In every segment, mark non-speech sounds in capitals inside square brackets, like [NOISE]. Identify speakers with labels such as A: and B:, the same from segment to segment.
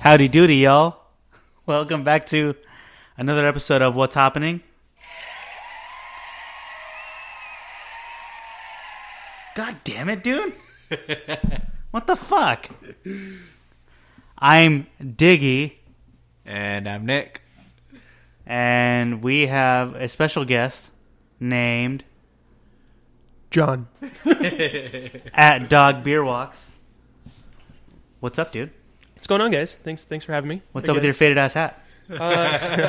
A: Howdy doody, y'all. Welcome back to another episode of What's Happening. God damn it, dude. what the fuck? I'm Diggy,
B: And I'm Nick.
A: and we have a special guest named
C: John.
A: [LAUGHS] at Dog Beer Walks. What's up, dude?
C: What's going on, guys? Thanks, thanks
A: [LAUGHS]
C: for having me.
A: What's
C: Again.
A: up with your faded ass hat?
C: Uh,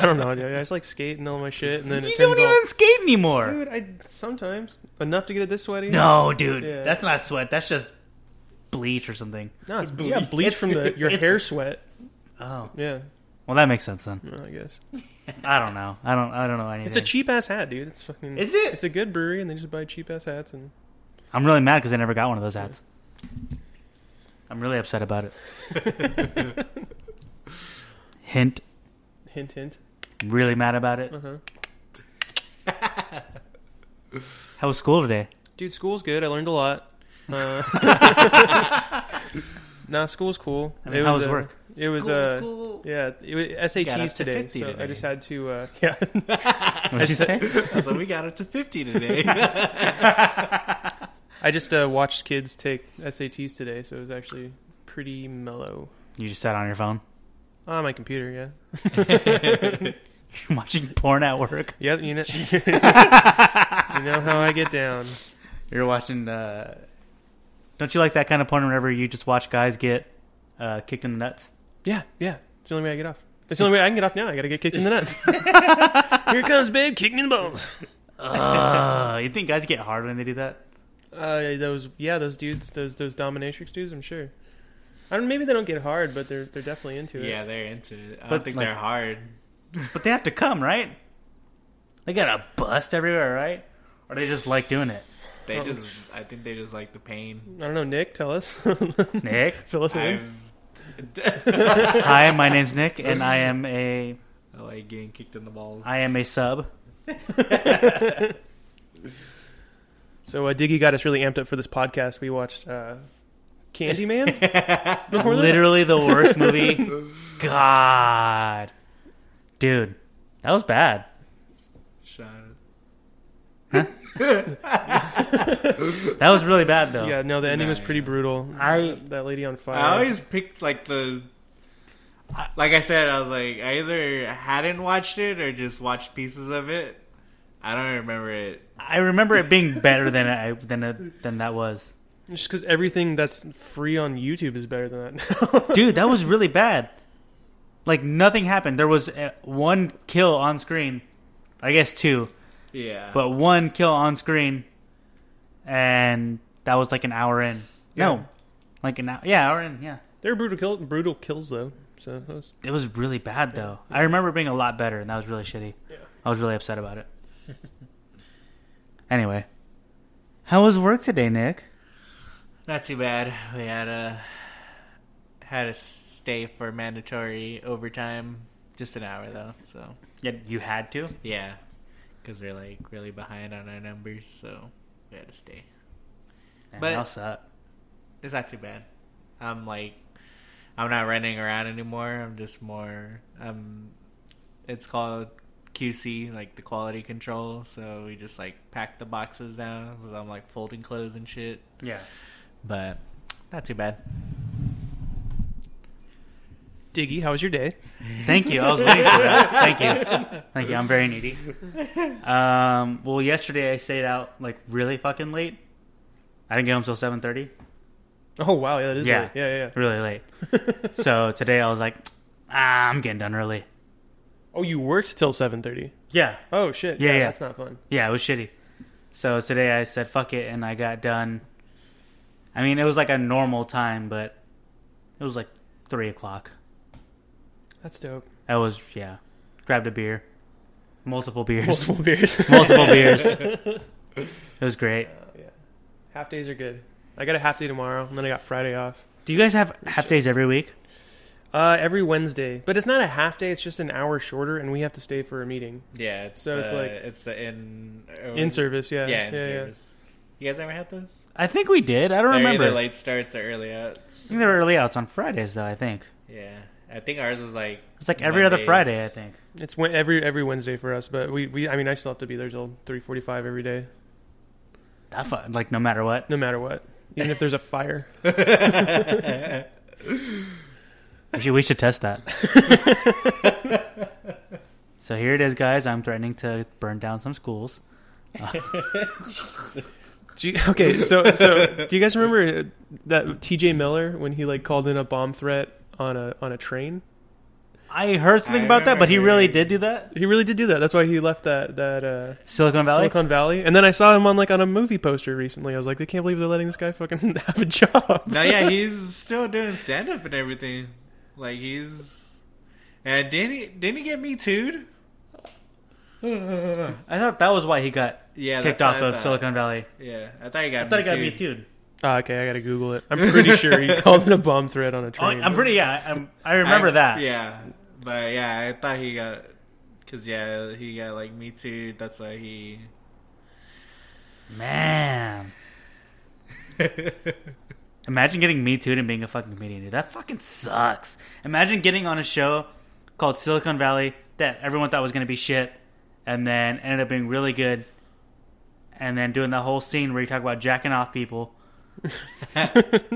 C: I don't know. Dude. I just like skate and all my shit, and then
A: You
C: it
A: don't
C: turns
A: even
C: all.
A: skate anymore.
C: [LAUGHS] Dude, I sometimes enough to get it this sweaty.
A: No, dude,
C: Yeah.
A: that's not sweat. That's just bleach or something.
C: no, it's bleach. Yeah, bleach from
A: [LAUGHS]
C: the your
A: it's-
C: hair sweat.
A: Oh,
C: Yeah,
A: well, that makes sense then.
C: well, I guess
A: I don't know. I don't. I don't know anything.
C: it's a cheap ass hat, dude. It's fucking.
A: Is it?
C: It's a good brewery, and they just buy cheap ass hats. And
A: I'm really mad because I never got one of those hats. I'm really upset about it.
C: [LAUGHS]
A: Hint.
C: hint, hint.
A: Really mad about it. How was school today?
C: Dude, school's good. I learned a lot. Uh,
A: [LAUGHS]
C: [LAUGHS] nah, school's cool.
A: I mean, how was
C: uh,
A: work?
C: It was uh, yeah. It was
B: Got up
C: SATs
B: to
C: today,
B: 50
C: so I
B: today.
C: just had to uh, [LAUGHS] yeah.
A: What did you [LAUGHS] say?
B: So we got up to 50 [LAUGHS] today.
C: I just uh, watched kids take SATs today, so it was actually pretty mellow.
A: you just sat on your phone. [LAUGHS]
C: On my computer, yeah.
A: You're watching porn at work.
C: Yeah, you know, [LAUGHS] you know how I get down.
A: You're watching. Uh, don't you like that kind of porn? Whenever you just watch guys get uh, kicked in the nuts.
C: Yeah, yeah. It's the only way I get off. It's the only way I can get off now. I gotta get kicked in the [LAUGHS] nuts. Here it comes, babe, kick me in the balls.
A: [LAUGHS] Uh, you think guys get hard when they do that?
C: Uh, those, yeah, those dudes, those those dominatrix dudes. I'm sure. I don't. Maybe they don't get hard, but they're they're definitely into it.
B: yeah, they're into it. I
A: But,
B: don't think
A: like-
B: they're hard.
A: But they have to come, right? They got a bust everywhere, right? Or they just like doing it.
B: They just, I think they just like the pain.
C: I don't know, Nick. Tell us. [LAUGHS]
A: [LAUGHS] Nick,
C: Fill us in.
B: I'm, [LAUGHS]
A: hi, my name's Nick, and I am a
B: I like getting kicked in the balls.
A: I am a sub.
C: So uh, Diggy got us really amped up for this podcast. We watched uh,
A: [LAUGHS]
C: Candyman. Before this?
A: Literally the worst
C: [LAUGHS]
A: movie. God, dude, that was bad.
B: Sean,
A: That was really bad though.
C: Yeah, no, the ending
B: No,
C: was pretty
B: yeah.
C: brutal.
A: I-
C: that lady on fire.
B: I always picked like the. Like I said, I was like, I either hadn't watched it or just watched pieces of it. I don't remember it.
A: I remember it being better than I than it, than that was.
C: just because everything that's free on YouTube is better than that. [LAUGHS]
A: Dude, that was really bad. Like nothing happened. There was uh, one kill on screen. I guess two.
B: Yeah.
A: but one kill on screen, and that was like an hour in.
C: Yeah.
A: No, like an hour. Yeah, hour in. Yeah,
C: They're brutal kill, brutal kills though. So that was,
A: it was really bad though. I remember it being a lot better, and that was really shitty. I was really upset [LAUGHS] about it. anyway, how was work today, Nick?
B: Not too bad. We had a had to stay for mandatory overtime, just an hour though. So
A: Yeah, you had to.
B: yeah, because we're like really behind on our numbers, so we had to stay.
A: but
B: But-
A: I'll suck.
B: It's not too bad. I'm like, I'm not running around anymore. I'm just more. I'm um, It's called QC, like the quality control. So we just like pack the boxes down. So I'm like folding clothes and shit.
A: Yeah.
B: But not too bad.
C: Diggy, how was your day?
A: Thank you. I was waiting for [LAUGHS] that. Thank you. Thank you. I'm very needy. Um, well, yesterday I stayed out like really fucking late. I didn't get home till seven thirty.
C: Oh wow, yeah, that is
A: Yeah.
C: late. yeah, yeah, yeah.
A: Really [LAUGHS] late. so today I was like, ah, I'm getting done early.
C: Oh, you worked till seven thirty.
A: Yeah.
C: Oh shit.
A: Yeah, yeah.
C: that's not fun.
A: Yeah, it was shitty. So today I said fuck it and I got done. I mean, it was like a normal time, but it was like three o'clock.
C: That's dope.
A: I was yeah, grabbed a beer, multiple beers,
C: Multiple [LAUGHS]
A: [LAUGHS]
C: beers.
A: multiple
B: [LAUGHS]
A: beers. It was great.
C: half days are good. I got a half day tomorrow, and then I got Friday off.
A: Do you guys have half days every week?
C: Uh, every Wednesday, but it's not a half day. It's just an hour shorter, and we have to stay for a meeting
B: Yeah. It's
C: So it's
B: the-
C: like-
B: it's the in
C: in service. Yeah,
B: Oh, Yeah, in
C: yeah,
B: service. You guys ever had those?
A: I think we did. I don't
B: They're
A: remember.
B: either late starts or early outs.
A: I think they were early outs on Fridays though. I think
B: Yeah, I think ours is like
A: it's like every other
B: Mondays.
A: Friday. I think.
C: It's Wed- every every Wednesday for us, but we, we I mean I still have to be there till three forty five every day,
A: That fun, like no matter what.
C: no matter what, even if there's a fire.
A: Actually, we should test [LAUGHS] that. so here it is, guys. I'm threatening to burn down some schools.
C: Do you, [LAUGHS] okay, so so do you guys remember uh, that T.J. Miller when he like called in a bomb threat on a on a train?
A: I heard something
B: I
A: about that, but he
B: remember.
A: really did do that.
C: He really did do that. That's why he left that that uh,
A: Silicon Valley.
C: Silicon Valley, and then I saw him on like on a movie poster recently. I was like, they can't believe they're letting this guy fucking [LAUGHS] have a job.
B: No, yeah, he's still doing stand up and everything. Like he's and didn't he didn't he get me too?
A: I thought that was why he got
B: Yeah,
A: kicked
B: that's what
A: off
B: I
A: of
B: thought.
A: Silicon Valley.
B: Yeah, I thought he got.
A: I thought he got
B: Me
A: me
B: Too'd.
A: too.
C: Ah, okay, I gotta Google it. I'm pretty sure [LAUGHS] he called it a bomb threat on a train.
A: Oh, I'm pretty. Yeah, I'm, I remember
B: I-
A: that.
B: Yeah, but yeah, I thought he got because yeah, he got like me too. That's why he.
A: Man. Imagine getting Me Too and being a fucking comedian, dude. That fucking sucks. Imagine getting on a show called Silicon Valley that everyone thought was going to be shit and then ended up being really good. And then doing that whole scene where you talk about jacking off people,
B: The,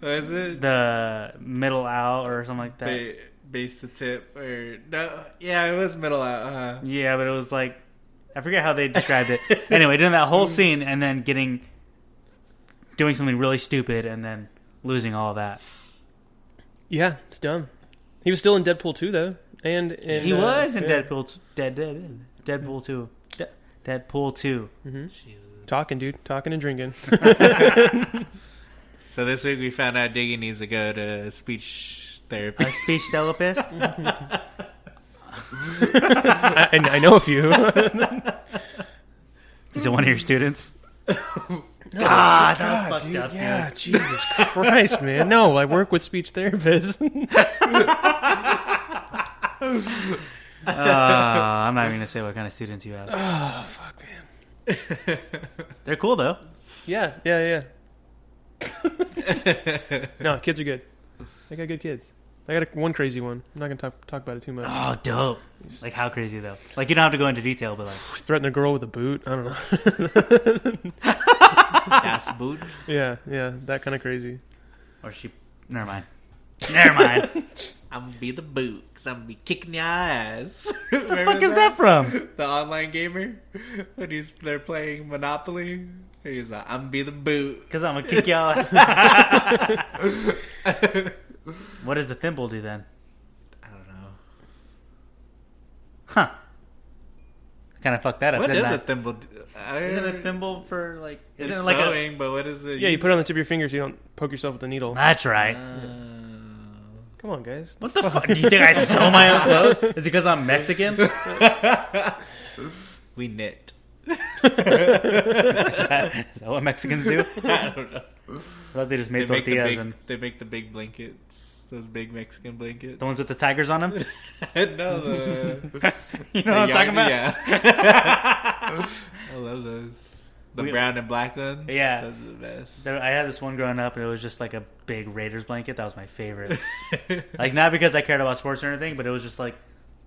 B: what is it?
A: the middle out or something like that.
B: Ba- base the tip or no? Yeah, it was middle out. uh-huh. Huh?
A: Yeah, but it was like I forget how they described it. [LAUGHS] anyway, doing that whole scene and then getting doing something really stupid and then losing all that.
C: yeah, it's dumb. He was still in Deadpool 2, though. And, and
A: He
C: uh,
A: was in
C: yeah,
A: Deadpool, t- Dead, Dead, Deadpool two, De- Deadpool two.
C: Talking, dude. Talking and drinking.
B: So this week we found out Diggy needs to go to speech
A: [LAUGHS]
B: therapy.
A: A speech [LAUGHS] therapist.
C: I, and I know a [LAUGHS] few.
A: Is it one of your [LAUGHS] students? God, that was fucked up,
C: [LAUGHS] yeah,
A: dude.
C: Ah, Jesus Christ, man. No, I work with speech therapists. [LAUGHS]
A: Uh, I'm not even gonna say what kind of students you have. Oh fuck, man. [LAUGHS] They're cool though.
C: yeah, yeah, yeah. [LAUGHS] no, kids are good. I got good kids. I got a, one crazy one. I'm not going to talk, talk about it too much.
A: Oh, dope. Like how crazy though. Like you don't have to go into detail, but like
C: Threaten a girl with a boot. I don't know. [LAUGHS]
B: Das Boot.
C: yeah, yeah, that kind of crazy.
A: Or she. Never mind. Never [LAUGHS] mind. What
B: I'm gonna be the boot because I'm gonna be kicking your ass. [LAUGHS] What
A: the fuck is that from?
B: The online gamer when he's they're playing Monopoly. He's like, I'm gonna be the boot.
A: Because I'm going to [LAUGHS] kick y'all out. what does the thimble do then?
B: I don't know.
A: Huh. Kind of fucked that up.
B: What
A: didn't
B: is
A: I?
B: a thimble? do- I don't
A: Isn't a
B: know.
A: thimble for like.
B: It's
A: Isn't it like a.
B: sewing, but what is it?
C: Yeah, you put it on the tip of your finger so you don't poke yourself with a needle.
A: That's right.
B: Uh,
C: Come on, guys.
A: what the fuck? Do you think I sew my own clothes? Is it because I'm
B: [LAUGHS]
A: Mexican? Is
B: we knit. [LAUGHS]
A: that, is that what Mexicans do?
B: I don't
C: [LAUGHS]
B: know.
A: I thought they just
B: They
A: made
B: make, the
A: tortillas
B: big,
A: and
B: they make the big blankets. Those big Mexican blankets.
A: the ones with the tigers on them.
B: [LAUGHS]
A: [LAUGHS]
B: no, the,
C: [LAUGHS]
A: You know what I'm talking about?
B: Yeah. [LAUGHS] I love those. The
A: We-
B: brown and black ones.
A: Yeah.
B: those are the best.
A: There- I had this one growing up, and it was just like a big Raiders blanket. That was my favorite. like not because I cared about sports or anything, but it was just like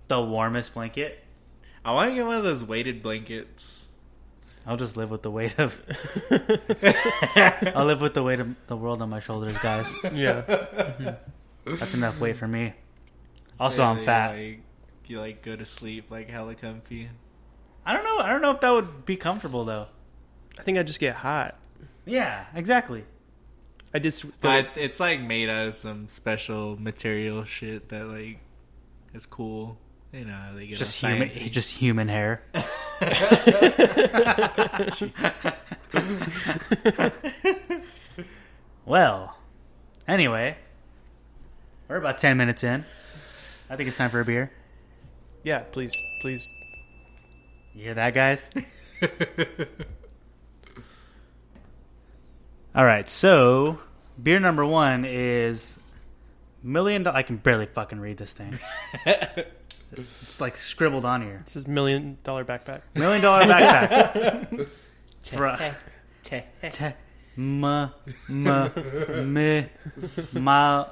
A: the warmest blanket.
B: [LAUGHS] I want to get one of those
A: [LAUGHS]
B: weighted blankets.
A: I'll just live with the weight of. [LAUGHS] I'll
B: [LAUGHS]
A: live with the weight of the world on my shoulders, guys.
C: [LAUGHS] Yeah.
A: That's enough weight for me. Also,
B: Yeah,
A: I'm
B: you,
A: fat.
B: Like, you like go to sleep like hella comfy.
A: I don't know. I don't know if that would be comfortable though.
C: I think I just get hot.
A: Yeah, exactly.
C: I did. sw- Go,
B: But it's like made out of some special material shit that like is cool. You know, they get
A: Just
B: all
A: human,
B: sciencey.
A: just human hair. well, anyway, we're about ten minutes in. I think it's time for a beer.
C: yeah. Please, please.
A: You hear that, guys?
B: [LAUGHS]
A: [LAUGHS] All right, so beer number one is million. Do- I can barely fucking read this thing. it's like scribbled on here.
C: This is million dollar backpack.
A: Million dollar backpack. Bruh. Te- ma- ma- mi- ma-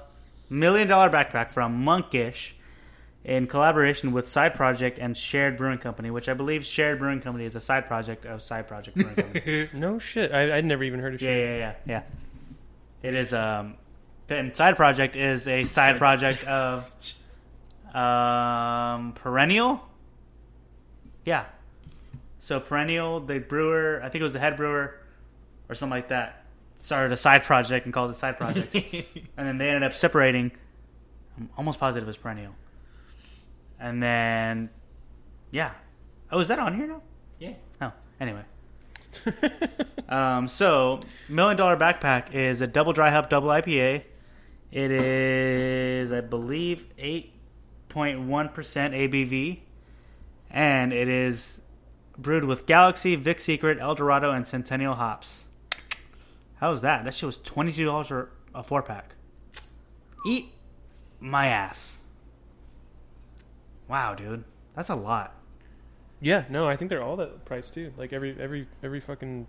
A: Million dollar backpack from Monkish in collaboration with Side Project and Shared Brewing Company, which I believe Shared Brewing Company is a side project of Side Project Brewing Company.
C: No shit. I, I'd never even heard of
A: Yeah,
C: shit.
A: yeah, yeah, yeah. It is. Um, the side project is a side project of um, perennial. Yeah. So perennial, the brewer, I think it was the head brewer, or something like that, started a side project and called it side project, and then they ended up separating. I'm almost positive it was perennial. And then, yeah. Oh, is that on here now?
B: Yeah.
A: Oh, anyway. [LAUGHS] um, so, Million Dollar Backpack is a double dry hop, double IPA. It is, I believe, 8.1% ABV. And it is brewed with Galaxy, Vic Secret, Eldorado, and Centennial hops. How's that? That shit was $22 for a four pack. Eat my ass. Wow, dude. That's a lot.
C: Yeah. No, I think they're all that price too. Like every every every fucking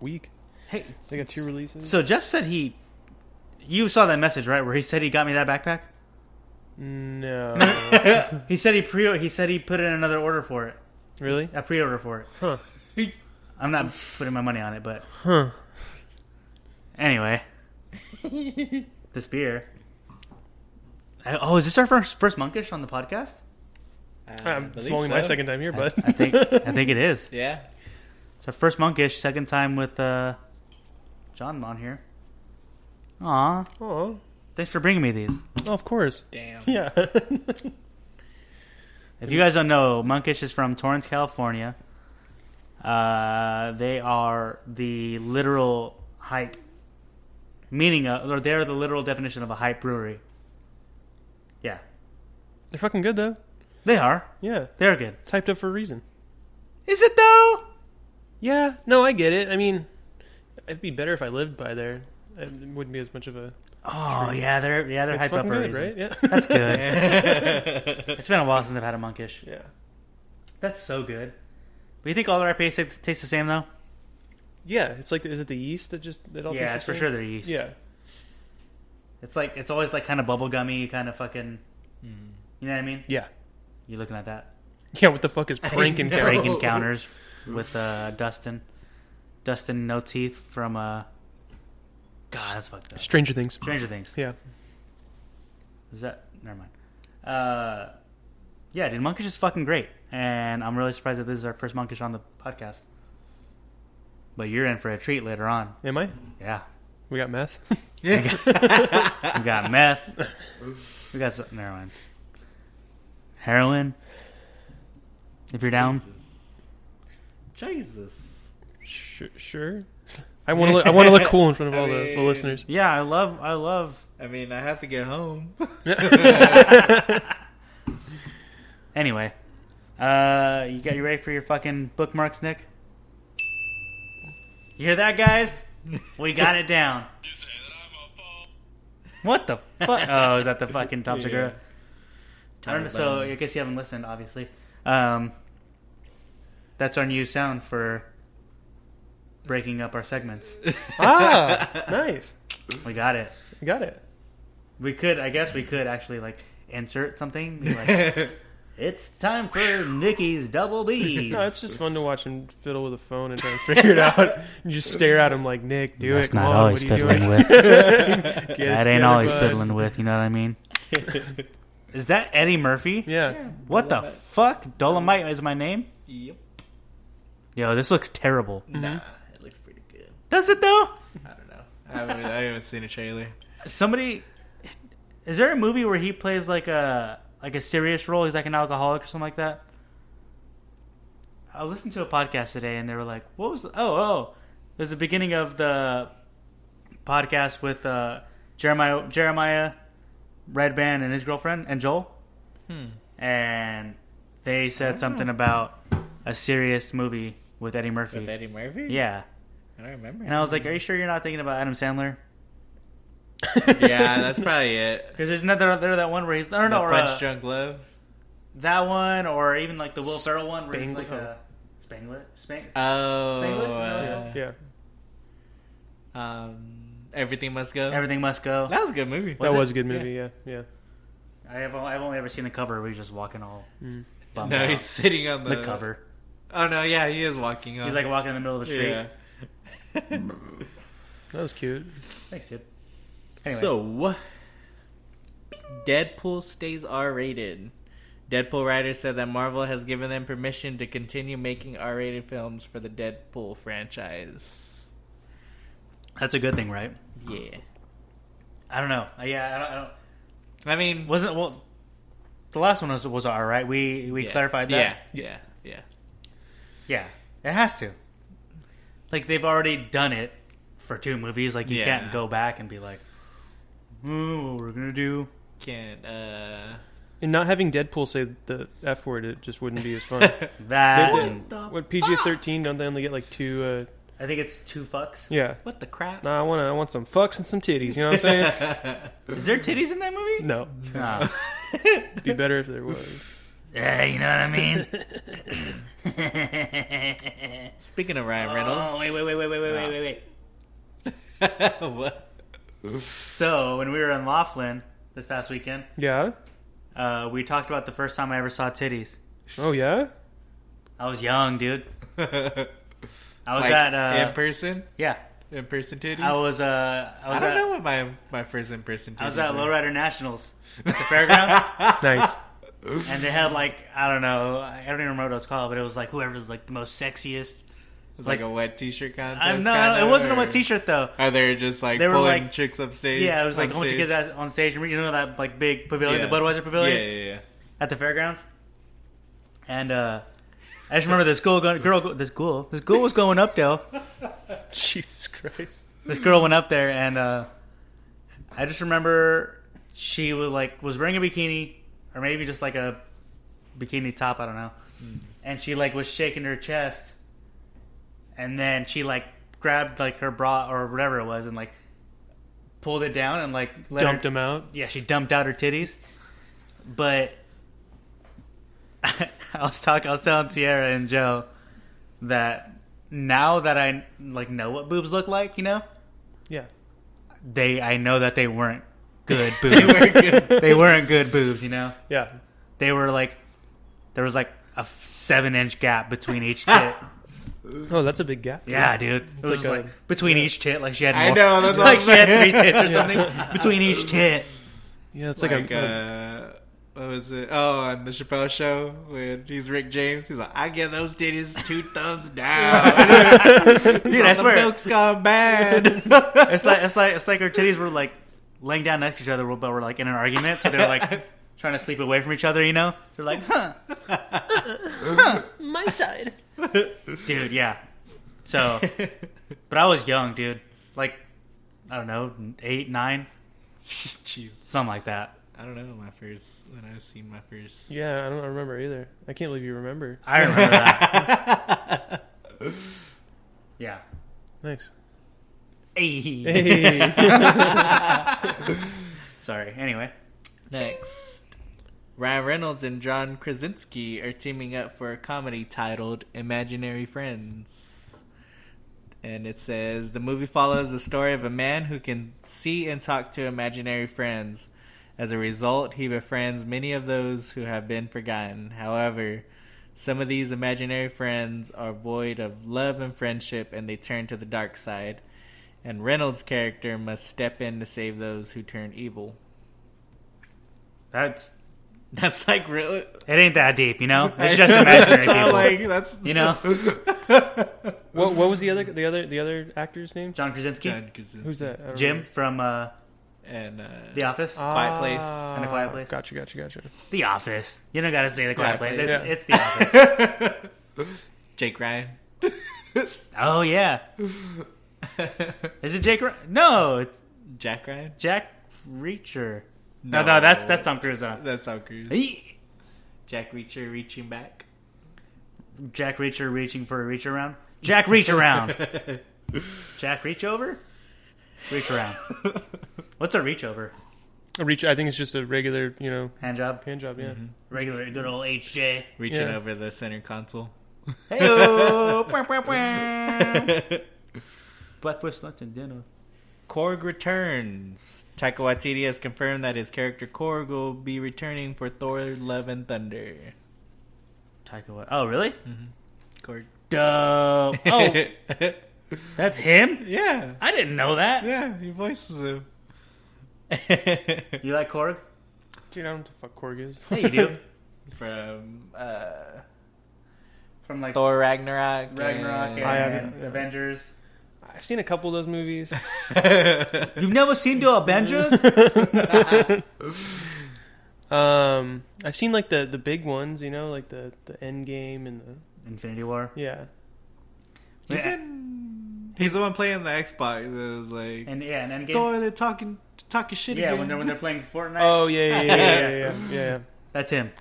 C: week.
A: Hey,
C: They got two releases.
A: So Jeff said he. You saw that message right where he said he got me that backpack.
C: No.
A: [LAUGHS] He said he pre. He said he put in another order for it.
C: really?
A: A pre-order for it.
C: Huh.
A: I'm not putting my money on it, but. Anyway, this beer. I, oh, is this our first first monkish on the podcast?
C: I'm
B: believe
C: it's only my
B: so.
C: second time here, bud.
A: I think
C: [LAUGHS]
A: I think it is.
B: Yeah.
A: It's our first monkish, second time with uh, John on here. Aw,
C: Oh,
A: thanks for bringing me these.
C: of course.
B: [LAUGHS]
C: [LAUGHS]
B: Damn.
C: Yeah.
A: If you guys don't know, Monkish is from Torrance, California. Uh, they are the literal hype meaning of, or they're the literal definition of a hype brewery. Yeah,
C: They're fucking good though.
A: they are.
C: Yeah.
A: They're good.
C: Typed up for a reason.
A: Is it though?
C: Yeah. No, I get it. I mean, it'd be better if I lived by there. It wouldn't be as much of a.
A: Oh yeah, they're yeah they're hyped
C: It's
A: up
C: fucking
A: for a
C: good,
A: reason.
C: right? Yeah.
A: That's
C: [LAUGHS]
A: good. it's been a while since I've had a Monkish.
C: yeah.
A: That's so good. But you think all their IPAs taste- taste the same though?
C: Yeah. It's like, is it the yeast that just that all?
A: Yeah,
C: tastes
A: it's
C: the
A: for
C: same?
A: sure they're yeast.
C: Yeah.
A: it's like it's always like kind of bubblegummy, kind of fucking. You know what I mean?
C: Yeah.
A: You looking at that?
C: Yeah. What the fuck is prank and
A: break
C: count?
A: encounters with uh, Dustin. Dustin No Teeth from uh God, that's fucked up.
C: Stranger Things.
A: Stranger Things.
C: Yeah.
A: Is that never mind. Uh yeah, dude, Monkish is fucking great. And I'm really surprised that this is our first Monkish on the podcast. But you're in for a treat later on.
C: Am I?
A: Yeah.
C: We got meth. [LAUGHS]
A: We got meth. We got some, never mind. Heroin. If you're down.
B: Jesus.
C: sure. sure. I want to. look I want to look cool in front of all the, the
B: mean-
C: listeners.
A: Yeah, I love I love
B: I mean, I have to get [LAUGHS] home.
A: Anyway, uh, you got you ready for your fucking bookmarks, Nick? You hear that, guys? We got
B: [LAUGHS]
A: it down. What the fuck? Oh, is that the fucking [LAUGHS] Tom Segura? I don't know, so I guess you haven't listened, obviously. Um, that's our new sound for breaking up our segments.
C: [LAUGHS]
B: [LAUGHS]
C: ah, nice.
A: We got it.
C: You got it.
A: [LAUGHS] We could, I guess, we could actually like insert something. Be like, It's time for Nikki's double B's.
C: [LAUGHS] No, it's just fun to watch him fiddle with a phone and try to
A: [LAUGHS]
C: figure it out. You just stare at him like Nick, do
A: That's
C: it. Come
A: not
C: on,
A: always
C: what are you
A: fiddling
C: doing?
A: with.
C: [LAUGHS] Get it
A: that ain't
C: together,
A: always
C: bud.
A: fiddling with. You know what I mean? is that Eddie Murphy?
C: Yeah,
A: What the fuck? Dolomite is my name.
B: Yep.
A: Yo, this looks terrible.
B: Nah, it looks pretty good.
A: Does it though?
B: I don't know. I haven't, I haven't seen a trailer.
A: Somebody, is there a movie where he plays like a like a serious role? He's like an alcoholic or something like that. I listened to a podcast today, and they were like, "What was? The, oh, oh, there's the beginning of the podcast with uh, Jeremiah Jeremiah Red Band and his girlfriend and Joel,
B: Hmm.
A: and they said
B: Oh.
A: something about a serious movie with Eddie Murphy.
B: With Eddie Murphy?
A: yeah,
B: I don't remember.
A: and I was like, "Are you sure you're not thinking about Adam Sandler?"
B: [LAUGHS] yeah,
C: [LAUGHS]
B: that's probably it.
A: Because there's another there that one where he's I don't know
B: The
A: or,
B: Punch
A: uh,
B: Drunk Love.
A: that one or even like the Will Ferrell one where he's
C: Spang-
A: like a Spangler Spang.
B: Oh.
A: Spanglish?
C: yeah.
B: uh, um, Everything Must Go.
A: Everything must go.
B: That was a good movie.
C: That
A: it?
C: was a good movie. Yeah, yeah.
A: I have only, I've only ever seen the cover where he's just walking all. bummed
B: No,
A: out.
B: he's sitting on the,
A: the cover.
B: Oh no, yeah, he is walking on.
A: He's like walking in the middle of the street.
B: yeah.
C: That was cute.
A: Thanks, dude. [LAUGHS] Anyway.
B: So, Deadpool stays R rated. Deadpool writers said that Marvel has given them permission to continue making R rated films for the Deadpool franchise.
A: That's a good thing, right?
B: Yeah.
A: I don't know. Uh, Yeah, I don't. I don't
B: I mean,
A: wasn't well. The last one was was all right. We we
B: yeah.
A: clarified that.
B: Yeah, yeah, yeah.
A: Yeah, it has to. Like they've already done it for two movies. Like you
B: Yeah.
A: can't go back and be like, "Oh, we're gonna do."
B: Can't, uh.
C: And not having Deadpool say the f word, it just wouldn't be as [LAUGHS] fun.
A: That and
C: what PG thirteen? Don't they only get like two? Uh,
A: I think it's two fucks.
C: yeah.
B: What the crap?
C: Nah, I want to. I want some fucks and some titties. You know what I'm [LAUGHS] saying?
A: Is there titties in that movie?
C: no,
A: No.
C: be better if there was.
A: [LAUGHS] Yeah, you know what I
B: [LAUGHS]
A: mean.
B: [LAUGHS] Speaking of Ryan
A: oh,
B: Reynolds.
A: wait, wait, wait, wait, wait, wait, wait, wait, wait.
B: [LAUGHS] what?
A: So when we were in Laughlin this past weekend,
C: Yeah.
A: uh, we talked about the first time I ever saw titties.
C: Oh yeah.
A: I was young, dude. I was
B: Like,
A: at uh,
B: in person?
A: yeah.
B: In person titties?
A: I was uh, I was
B: I don't
A: at,
B: know what my my first in person titties
A: I was at
B: were.
A: Lowrider Nationals at the fairgrounds,
C: [LAUGHS] Nice.
A: and they had like I don't know, I don't even remember what it was called, but it was like whoever's like the most sexiest.
B: It's like,
A: Like-
B: a wet t-shirt contest.
A: I no,
B: kinda,
A: it wasn't a
B: or
A: wet T-shirt though.
B: Are they just like
A: They were,
B: pulling
A: like-
B: chicks upstage?
A: Yeah, it was like
B: on
A: I want you to
B: stage?
A: get that on stage. You know that like big pavilion,
B: Yeah.
A: the Budweiser pavilion
B: Yeah, yeah, yeah.
A: at the fairgrounds. And uh, I just remember this girl, go- girl, go- this girl, this girl was going up there.
C: [LAUGHS] Jesus Christ.
A: This girl went up there, and uh, I just remember she was like was wearing a bikini or maybe just like a bikini top. I don't know.
C: Hmm.
A: And she like was shaking her chest, and then she like grabbed like her bra or whatever it was, and like pulled it down and like let her-
C: Dumped him out.
A: yeah, she dumped out her titties. But [LAUGHS] I was talking, I was telling Tierra and Joe that now that I like know what boobs look like, you know,
C: Yeah.
A: they I know that they weren't good boobs. [LAUGHS] [LAUGHS] they weren't good boobs, you know.
C: Yeah.
A: They were like there was like a seven inch gap between
B: [LAUGHS]
A: each tit.
C: Oh, that's a big gap.
A: Yeah, dude. It was
C: like
A: just
C: a-
A: like between each tit, like she had. More,
B: I
A: [LAUGHS]
B: know, that's what
A: like
B: I'm
A: she had three
B: saying.
A: tits
B: [LAUGHS]
A: or something between each tit.
C: Yeah, it's
B: Like,
C: like,
B: like
C: a,
B: uh, what was it? Oh, on the Chappelle Show when he's Rick James, he's like, "I give those titties two
A: [LAUGHS]
B: thumbs down."
A: Dude, I
B: That's where
A: swear,
B: milk's gone bad.
A: It's like it's like it's like our titties were like laying down next to each other, but we're like in an argument, so [LAUGHS] they're
B: [LAUGHS]
A: like trying to sleep away from each other. You know, they're like,
C: [LAUGHS]
A: huh,
C: Uh, my side.
A: dude, yeah. So, but I was young, dude. Like, I don't know, eight, nine,
B: Jeez,
A: something like that.
B: I don't know my first when I've seen my first.
C: Yeah, I don't remember either. I can't believe you remember.
A: I remember that. [LAUGHS] yeah.
C: [LAUGHS] Nice.
A: Hey.
C: Hey.
A: Sorry. Anyway,
B: Next, Ryan Reynolds and John Krasinski are teaming up for a comedy titled Imaginary Friends. And it says the movie follows the story of a man who can see and talk to imaginary friends. As a result, he befriends many of those who have been forgotten. However, some of these imaginary friends are void of love and friendship and they turn to the dark side. And Reynolds' character must step in to save those who turn evil.
A: That's
B: [LAUGHS] That's like really.
A: it. Ain't that deep, you [LAUGHS] know? It's just imaginary
B: That's how,
A: people,
B: like that's
A: you know.
C: What, what was the other the other the other actor's name?
A: John Krasinski,
B: John Krasinski
C: Who's that? I don't
A: Jim
C: remember.
A: from uh,
B: and uh,
A: The Office.
B: Quiet Place
C: Ah,
A: and A Quiet Place.
C: Gotcha, gotcha, gotcha.
A: the Office. You don't gotta say The Quiet
B: Quiet
A: Place.
B: Place.
A: It's, it's The [LAUGHS] Office.
B: [LAUGHS] Jake Ryan.
A: [LAUGHS] oh yeah. Is it Jake? Ry- no, it's
B: Jack Ryan.
A: Jack Reacher. No, no, that's that's Tom Cruise. uh, Huh?
B: that's Tom Cruise.
A: He-
B: Jack Reacher reaching back.
A: Jack Reacher reaching for a reach around. Jack reach around. Jack reach over. Reach
C: [LAUGHS]
A: around. What's a reach over?
C: A Reach. I think it's just a regular, you know,
A: Hand job.
C: hand job.
B: Mm-hmm.
C: Yeah.
A: Regular good old
C: [LAUGHS]
A: HJ.
B: [LAUGHS] Reaching
C: Yeah.
B: over the center console.
A: Hey, [LAUGHS] breakfast, lunch, and dinner.
B: [LAUGHS] Korg returns. Taika Waititi has confirmed that his character Korg will be returning for Thor: Love and Thunder.
A: Taika. Wa- Oh, really?
C: Mm.
B: Korg.
A: Dope.
C: [LAUGHS]
A: Oh,
B: [LAUGHS]
A: that's him.
B: yeah,
A: I didn't know that.
B: yeah, he voices him.
A: [LAUGHS] You like Korg?
C: Dude, I don't know what the fuck Korg is. [LAUGHS]
A: Yeah, you do.
B: From uh,
A: From like
B: Thor Ragnarok.
A: Ragnarok
C: I
A: and,
C: haven't-
A: Avengers.
C: I've seen a couple of those movies.
A: You've never seen the
C: [LAUGHS]
A: Avengers?
C: Um, I've seen like the the big ones, you know, like the the End Game and the
A: Infinity War.
C: yeah.
B: He's in. He's the one playing the Xbox. It was like
A: And yeah, and Endgame.
B: Thor. They're talking talking shit
A: yeah,
B: again.
A: when they're when they're playing Fortnite.
C: Oh yeah, yeah, yeah, yeah, yeah, yeah. yeah, yeah.
A: That's
C: [LAUGHS]
A: him.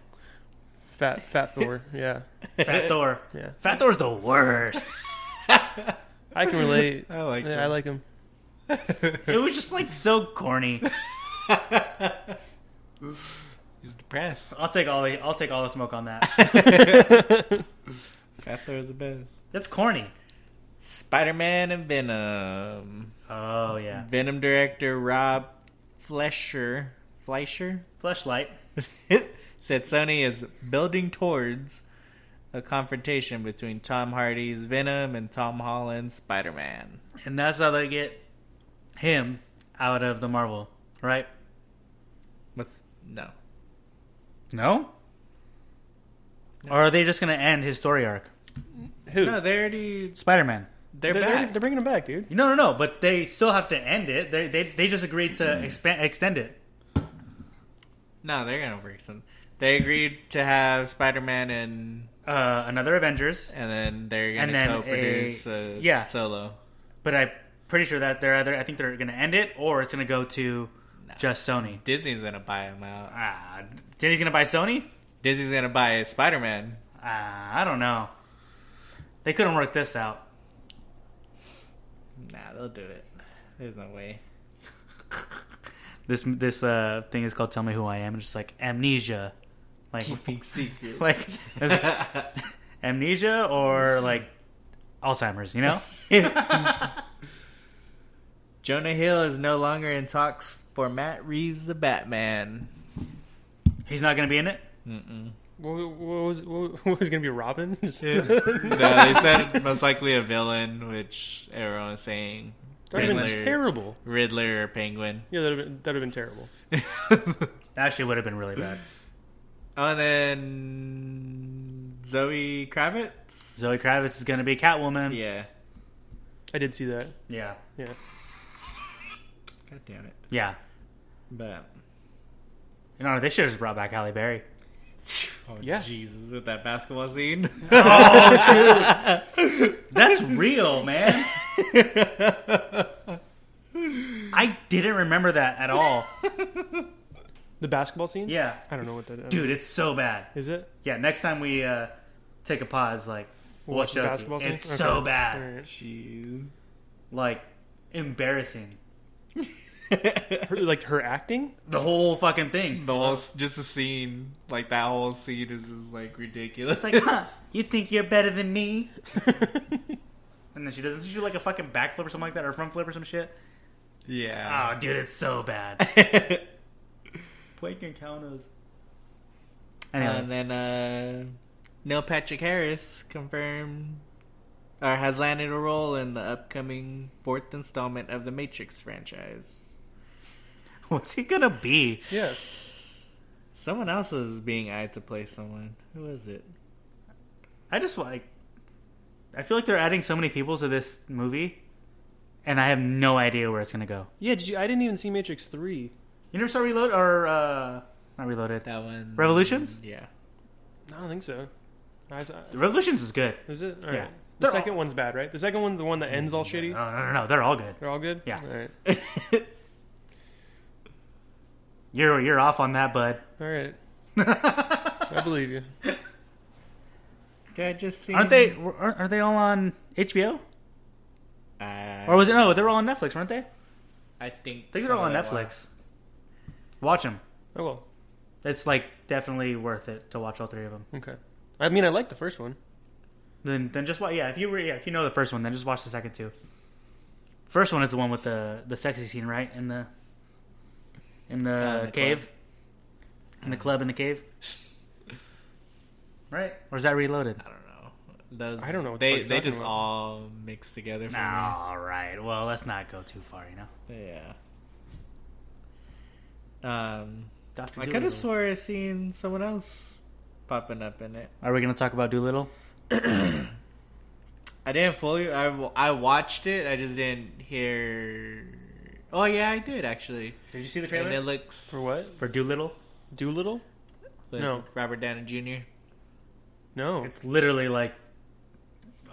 C: Fat Fat Thor. Yeah,
A: Fat Thor.
C: yeah.
A: Fat Thor's the worst.
C: [LAUGHS] I can relate.
B: [LAUGHS] I like
C: yeah,
B: that.
C: I like him.
A: It was just like so corny.
B: He's depressed.
A: I'll take all the I'll take all the smoke on that.
C: [LAUGHS]
B: Fat Thor's the best.
A: That's corny.
B: Spider-Man and Venom.
A: Oh yeah.
B: Venom director Rob Flesher Fleischer
A: Fleshlight.
B: said Sony is building towards a confrontation between Tom Hardy's Venom and Tom Holland's Spider-Man.
A: And that's how they get him out of the Marvel, right?
B: What's no?
A: No? Or are they just gonna end his story arc?
C: Who?
B: No, they already
A: Spider Man.
B: they're,
C: they're,
B: back.
C: they're, they're bringing him back, dude.
A: No, no, no. But they still have to end it. They they, they just agreed to expand, extend it.
B: no, they're gonna work some. They agreed to have Spider-Man and
A: Uh, another Avengers.
B: and then they're gonna
A: And then
B: co-produce
A: a-
B: a
A: yeah.
B: solo.
A: But I'm pretty sure that they're either I think they're gonna end it or it's gonna go to just Sony.
B: Disney's gonna buy him out.
A: Ah, Disney's gonna buy Sony.
B: Disney's gonna buy Spider-Man.
A: Ah, I don't know. They couldn't work this out.
B: Nah, they'll do it. There's no way.
A: This this uh, thing is called "Tell Me Who I Am," and just like amnesia, like
B: Keeping [LAUGHS] secret.
A: like [LAUGHS] it's- [LAUGHS] amnesia or like Alzheimer's. You know,
B: [LAUGHS] Jonah Hill is no longer in talks for Matt Reeves the Batman.
A: he's not gonna be in it.
C: What, what was what, what was gonna be Robin? [LAUGHS] Just-
B: no, they said most likely a villain, which everyone was saying
C: That would have been
B: Riddler.
C: terrible.
B: Riddler or Penguin.
C: Yeah, that would have been, that'd have been terrible.
A: That actually would have been really bad.
B: [LAUGHS] Oh, and then Zoe Kravitz.
A: Zoe Kravitz is gonna be Catwoman.
B: Yeah.
C: I did see that.
A: yeah,
C: Yeah.
B: God damn it.
A: yeah.
B: But
A: You know, they should have just brought back Halle Berry.
B: oh
C: Yeah.
B: Jesus, with that basketball
C: [LAUGHS]
B: scene.
A: That's real, man. I didn't remember that at all.
C: The basketball scene.
A: Yeah,
C: I don't know what that is.
A: dude, it's so bad.
C: Is it?
A: Yeah, next time we uh, take a pause, like we'll
C: Watch
A: show
C: the
A: it to
C: basketball
A: you.
C: scene?
A: It's so
C: Okay.
A: bad,
C: All right.
B: Jeez.
A: like embarrassing.
C: Her, like her acting. [LAUGHS]
A: The whole fucking thing.
B: The whole, just the scene, like that whole scene is just like ridiculous.
A: It's like,
B: [LAUGHS]
A: huh? You think you're better than me? and then she doesn't. She do like a fucking backflip or something like that,
C: Ah.
A: or a front flip or some shit.
B: yeah. [LAUGHS]
A: Oh, dude, it's so bad.
B: Blake and Kaunas.
A: Anyway,
B: And then uh, Neil Patrick Harris confirmed or has landed a role in the upcoming fourth installment of the Matrix franchise.
A: what's he gonna be?
C: Yeah.
B: Someone else was being eyed to play someone. Who was it?
A: I just like. I feel like they're adding so many people to this movie, and I have no idea where it's gonna go.
C: Yeah, did you, I didn't even see Matrix 3.
A: You never saw Reload or uh, not Reloaded?
B: That one.
A: Revolutions?
B: Yeah.
C: I don't think so. I, I,
A: Revolutions is good.
C: is it? All right.
A: Yeah.
C: The
A: They're
C: second one's bad, right? The second one's the one that ends all shitty.
A: No, Oh, no, no, no. They're all good.
C: They're all good?
A: Yeah.
C: All right.
A: You're you're off on that, bud. [LAUGHS]
C: All right. I believe you.
B: Did I just see?
A: Aren't they? Aren't, aren't they all on HBO?
B: I,
A: Or was it no? They were all on Netflix, weren't they? I
B: Uh, I think.
A: think they're all on
B: some of that
A: Netflix. Watch them.
C: Oh, well.
A: It's like definitely worth it to watch all three of them.
C: Okay. I mean, I like the first one.
A: Then then just watch. Yeah, if you were yeah, if you know the first one, then just watch the second two. First one is the one with the the sexy scene, right? In the Uh, in the,
B: Yeah, in the
A: cave, in the club, in the cave, [LAUGHS] right? Or is that Reloaded?
B: one. I don't know. Those,
C: I don't know what the fuck
B: They
C: you're
B: they
C: talking
B: just
C: about.
B: all mixed together. For
A: No, all right. Well, let's not go too far, you know.
B: me. Yeah. Um.
A: Doctor,
B: I could have swore I seen someone else popping up in it.
A: Are we gonna talk about Doolittle?
B: I didn't fully. I, I watched it. I just didn't hear. Oh yeah, I did actually.
A: Did you see the
B: And it looks
C: For what?
A: for Doolittle?
C: Doolittle?
B: with
C: No.
B: Robert Downey Jr.
C: No.
A: It's literally like,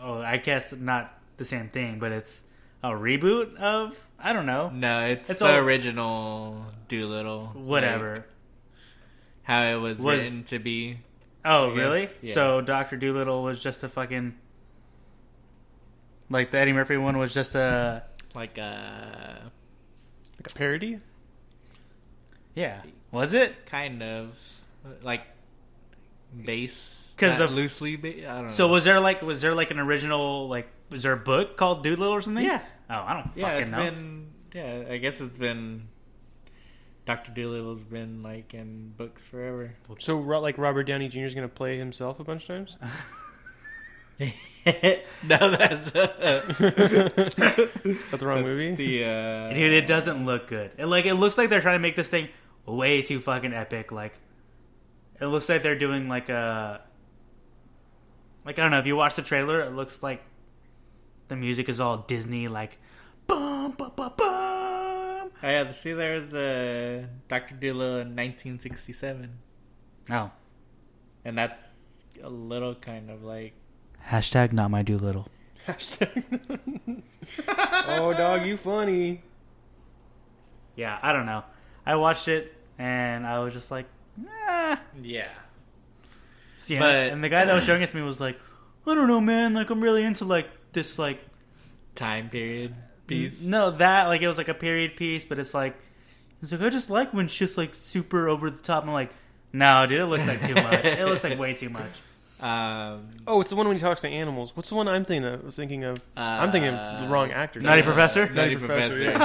A: oh, I guess not the same thing, but it's a reboot of I don't know,
B: No, it's,
A: It's
B: the
A: all-
B: original Doolittle.
A: whatever.
B: like, how it was,
A: Was-
B: written to be.
A: oh,
B: I
A: really?
B: guess, yeah.
A: So Doctor Doolittle was just a fucking like the Eddie Murphy one was just a
B: Like uh,
C: like a parody?
A: yeah. Was it?
B: kind of like base
A: 'Cause
B: not
A: the-
B: loosely. Ba- I don't
A: So
B: know.
A: was there like was there like an original like was there a book called Doolittle or something?
B: Yeah.
A: Oh, I don't
B: yeah,
A: fucking
B: it's
A: know.
B: been yeah. I guess it's been Doctor Doolittle's been like in books forever.
A: [LAUGHS]
C: So, ro- like, Robert Downey Jr. is going to play himself a bunch of times?
B: no,
A: [LAUGHS]
B: [LAUGHS] that's, [LAUGHS]
C: Is that the wrong movie?
B: that's the uh,
A: Dude, it doesn't look good. It, like it looks like they're trying to make this thing way too fucking epic. Like it looks like they're doing like a like I don't know. If you watch the trailer, it looks like the music is all Disney. Like bum bum bum bum.
B: Oh, yeah, see, there's uh, Doctor Doolittle in 1967,
A: Oh,
B: and that's a little kind of like
A: hashtag not my Doolittle.
C: oh, dog, you funny.
A: Yeah, I don't know. I watched it and I was just like, nah.
B: yeah.
A: See,
B: But-
A: and the guy [CLEARS THROAT] that was showing it to me was like, I don't know, man. Like I'm really into like this like
B: time period piece.
A: No, that like it was like a period piece, but it's like it's like I just like when shit's like super over the top. I'm like, no, dude, it looks like too much. it looks like way too much.
B: Um,
C: Oh, it's the one when he talks to animals. What's the one I'm thinking of? Thinking of? I'm thinking of the wrong actor.
A: Uh, Nutty Professor.
B: Nutty Professor.
C: Yeah.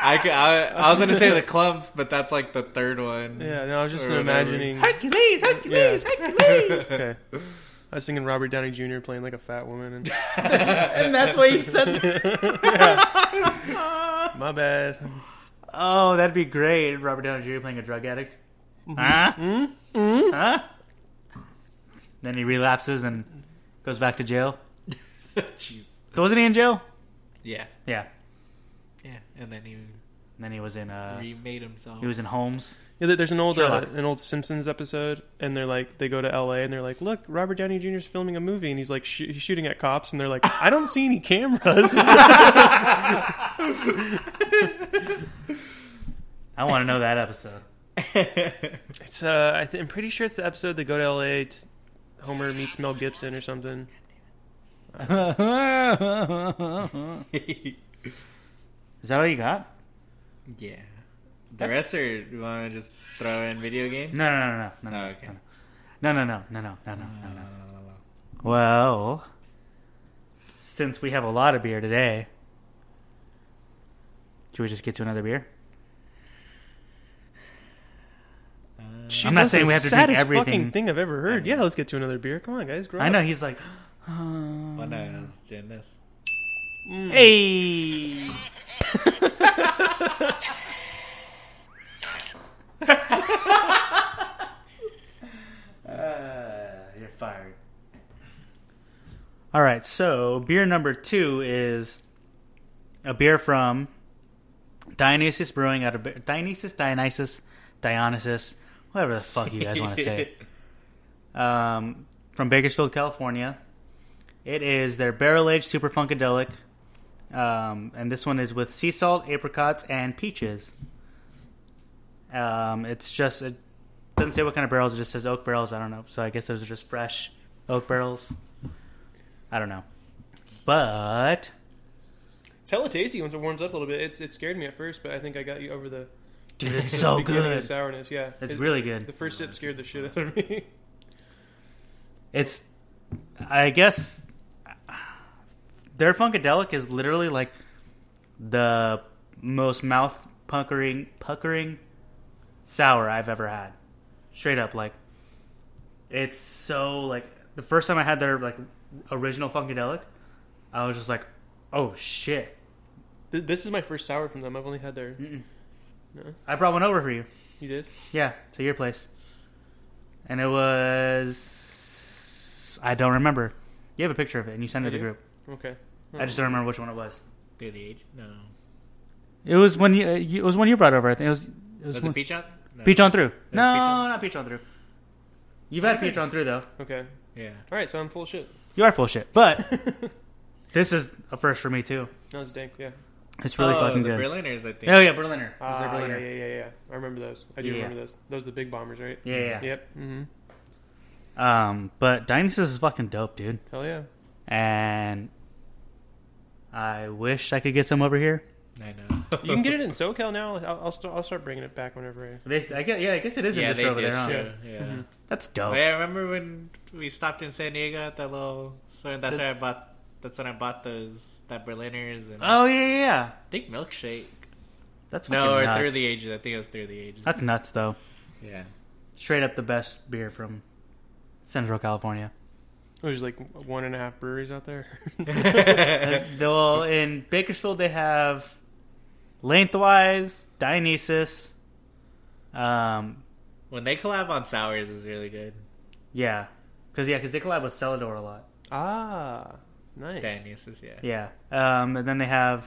C: [LAUGHS]
B: I, cou- I, I was gonna say the clumps, but that's like the third one.
C: Holy shit. yeah, no, I was just
B: Or whatever.
C: imagining.
A: Hercules, Hercules,
B: [LAUGHS]
A: Hercules,
C: Okay. I was thinking Robert Downey Jr. playing like a fat woman. And, [LAUGHS]
A: and that's why he said. That.
C: my bad.
A: [LAUGHS] Oh, that'd be great. Robert Downey Jr. playing a drug addict. Huh? Huh? Then he relapses and goes back to jail.
B: Jeez.
A: Wasn't he in jail?
B: Yeah,
A: Yeah.
B: yeah. And then he
A: And then he was in uh,
B: remade himself.
A: he was in Holmes.
C: Yeah, there- there's an old uh,
A: Sherlock.
C: an old Simpsons episode, and they're like they go to L.A. and they're like, "Look, Robert Downey Jr. is filming a movie," and he's like, sh- he's shooting at cops, and they're like, "I don't see any cameras." [LAUGHS]
A: I want to know that episode.
C: it's uh, I th- I'm pretty sure it's the episode they go to L.A. T- Homer meets Mel Gibson or something.
A: Is that all you got?
B: [LAUGHS] yeah. The rest are. You want to just throw in video game?
A: No, no, no, no, no,
B: Oh,
A: no,
B: okay.
A: no, no, no, no, no, no, no, no, no. Well, since we have a lot of beer today, should we just get to another beer?
C: She
A: I'm not
C: does
A: saying
C: the
A: we have to drink
C: saddest
A: everything.
C: fucking thing I've ever heard. Yeah, let's get to another beer. Come on, guys. Grow
A: I know
C: Up.
A: he's like,
B: Oh no, I was doing this.
A: hey, [LAUGHS] you're fired. All right, so beer number two is a beer from Dionysus Brewing out of Dionysus, Dionysus, Dionysus, whatever the fuck you guys want to
B: [LAUGHS]
A: say. it. Um, from Bakersfield, California. It is their barrel aged super funkadelic, um, and this one is with sea salt, apricots, and peaches. Um, it's just it doesn't say what kind of barrels. It just says oak barrels. I don't know. So I guess those are just fresh oak barrels. I don't know, but
C: It's hella tasty once it warms up a little bit. It's, it scared me at first, but I think I got you over the
A: dude, it's so
C: beginning of
A: good.
C: [LAUGHS] the sourness. Yeah,
A: It's
C: It-
A: really good.
C: The first sip scared the shit out of me. [LAUGHS]
A: It's, I guess, their funkadelic is literally like the most mouth puckering, puckering sour I've ever had. Straight up, like it's so like the first time I had their like original funkadelic, I was just like, oh shit!
C: Th- this is my first sour from them. I've only had their.
A: I brought one over for you.
C: You did?
A: Yeah, to your place. And it was I don't remember. You have a picture of it and you sent it to the
C: do?
A: group.
C: Okay.
A: I just don't remember which one it was.
B: Through the age? No.
A: It was when you, uh, you it was when you brought over. I think it was it was,
B: Was
A: when-
B: it peach out? No.
A: Peach on through. No,
B: Peach on-
A: not peach on through. You've had peach on through though.
C: Okay.
B: Yeah.
C: All right. So I'm full of shit.
A: You are full of shit, [LAUGHS] but this is a first for me too.
C: That was dank. Yeah.
A: It's really
B: oh,
A: fucking
B: the
A: good.
B: Berliners, I think.
A: oh yeah, Berliner. It was their
C: Ah, yeah,
A: Berliner.
C: yeah, yeah, yeah. I remember those. I do
A: Yeah.
C: remember those. Those are the big bombers, right?
A: Yeah, yeah.
C: Yep. Mm-hmm.
A: Um, but Dionysus is fucking dope, dude.
C: Hell yeah.
A: And I wish I could get some over here.
B: I
A: [LAUGHS]
B: know.
C: You can get it in SoCal now. I'll, I'll, st- I'll start bringing it back whenever I.
A: They, I guess, yeah, I guess it is
B: yeah,
A: in
B: they
A: distro over
B: did.
A: there. Mm-hmm. huh?
B: Yeah. yeah.
A: That's dope.
B: Oh, yeah, I remember when we stopped in San Diego at that little store. and That's where I bought. That's when I bought those that Berliners and
A: Oh yeah, yeah, yeah.
B: I think milkshake.
A: That's
B: No,
A: fucking
B: or
A: nuts.
B: through the ages. I think it was through the ages.
A: That's nuts though. [LAUGHS]
B: Yeah.
A: Straight up the best beer from Central California.
C: There's like one and a half breweries out there. [LAUGHS]
A: Though in Bakersfield they have Lengthwise, Dionysus. Um,
B: When they collab on sours is really good.
A: yeah, because yeah, because they collab with Celador a lot.
C: ah, nice.
B: Dionysus, yeah.
A: Yeah, um, and then they have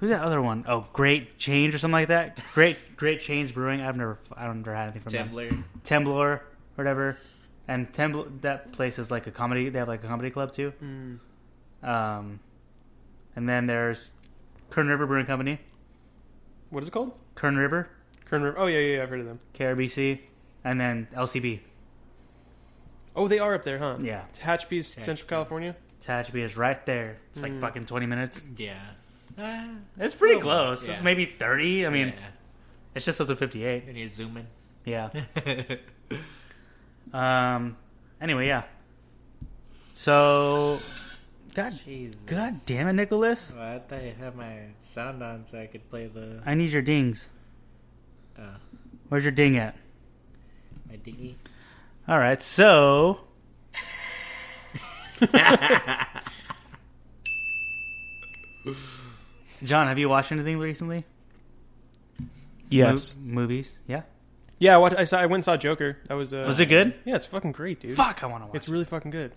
A: who's that other one? Oh, Great Change or something like that. Great Great Change Brewing. I've never I don't never had anything from them.
B: Tembler.
A: Temblor, or whatever. And Tembl that place is like a comedy. They have like a comedy club too. Um, and then there's Kern River Brewing Company,
C: What is it called?
A: Kern River,
C: Kern River. Oh yeah, yeah, yeah. I've heard of them.
A: KRBC, and then LCB.
C: Oh, they are up there, huh?
A: Yeah,
C: It's Hatchbees, Central California.
A: Tehachapi is right there. It's like fucking twenty minutes.
B: Yeah. Ah,
A: Mm. [LAUGHS] It's pretty
B: Oh,
A: close.
B: yeah.
A: It's maybe thirty. I mean,
B: yeah.
A: it's just up to fifty-eight.
B: and you're zooming. [LAUGHS]
A: Yeah.
B: yeah,
A: Um. Anyway, yeah. So, God,
B: Jesus.
A: God damn it, Nicholas!
B: Well, I thought you had my sound on so I could play the
A: I need your dings.
B: uh,
A: Where's your ding at?
B: my diggy.
A: All right, so John, have you watched anything recently? Mo- movies. Yeah.
C: Yeah, I, watched, I saw. I went and saw Joker. That was. Uh,
A: Was it good?
C: Yeah, it's fucking great, dude.
A: Fuck, I want to watch.
C: It's really fucking good.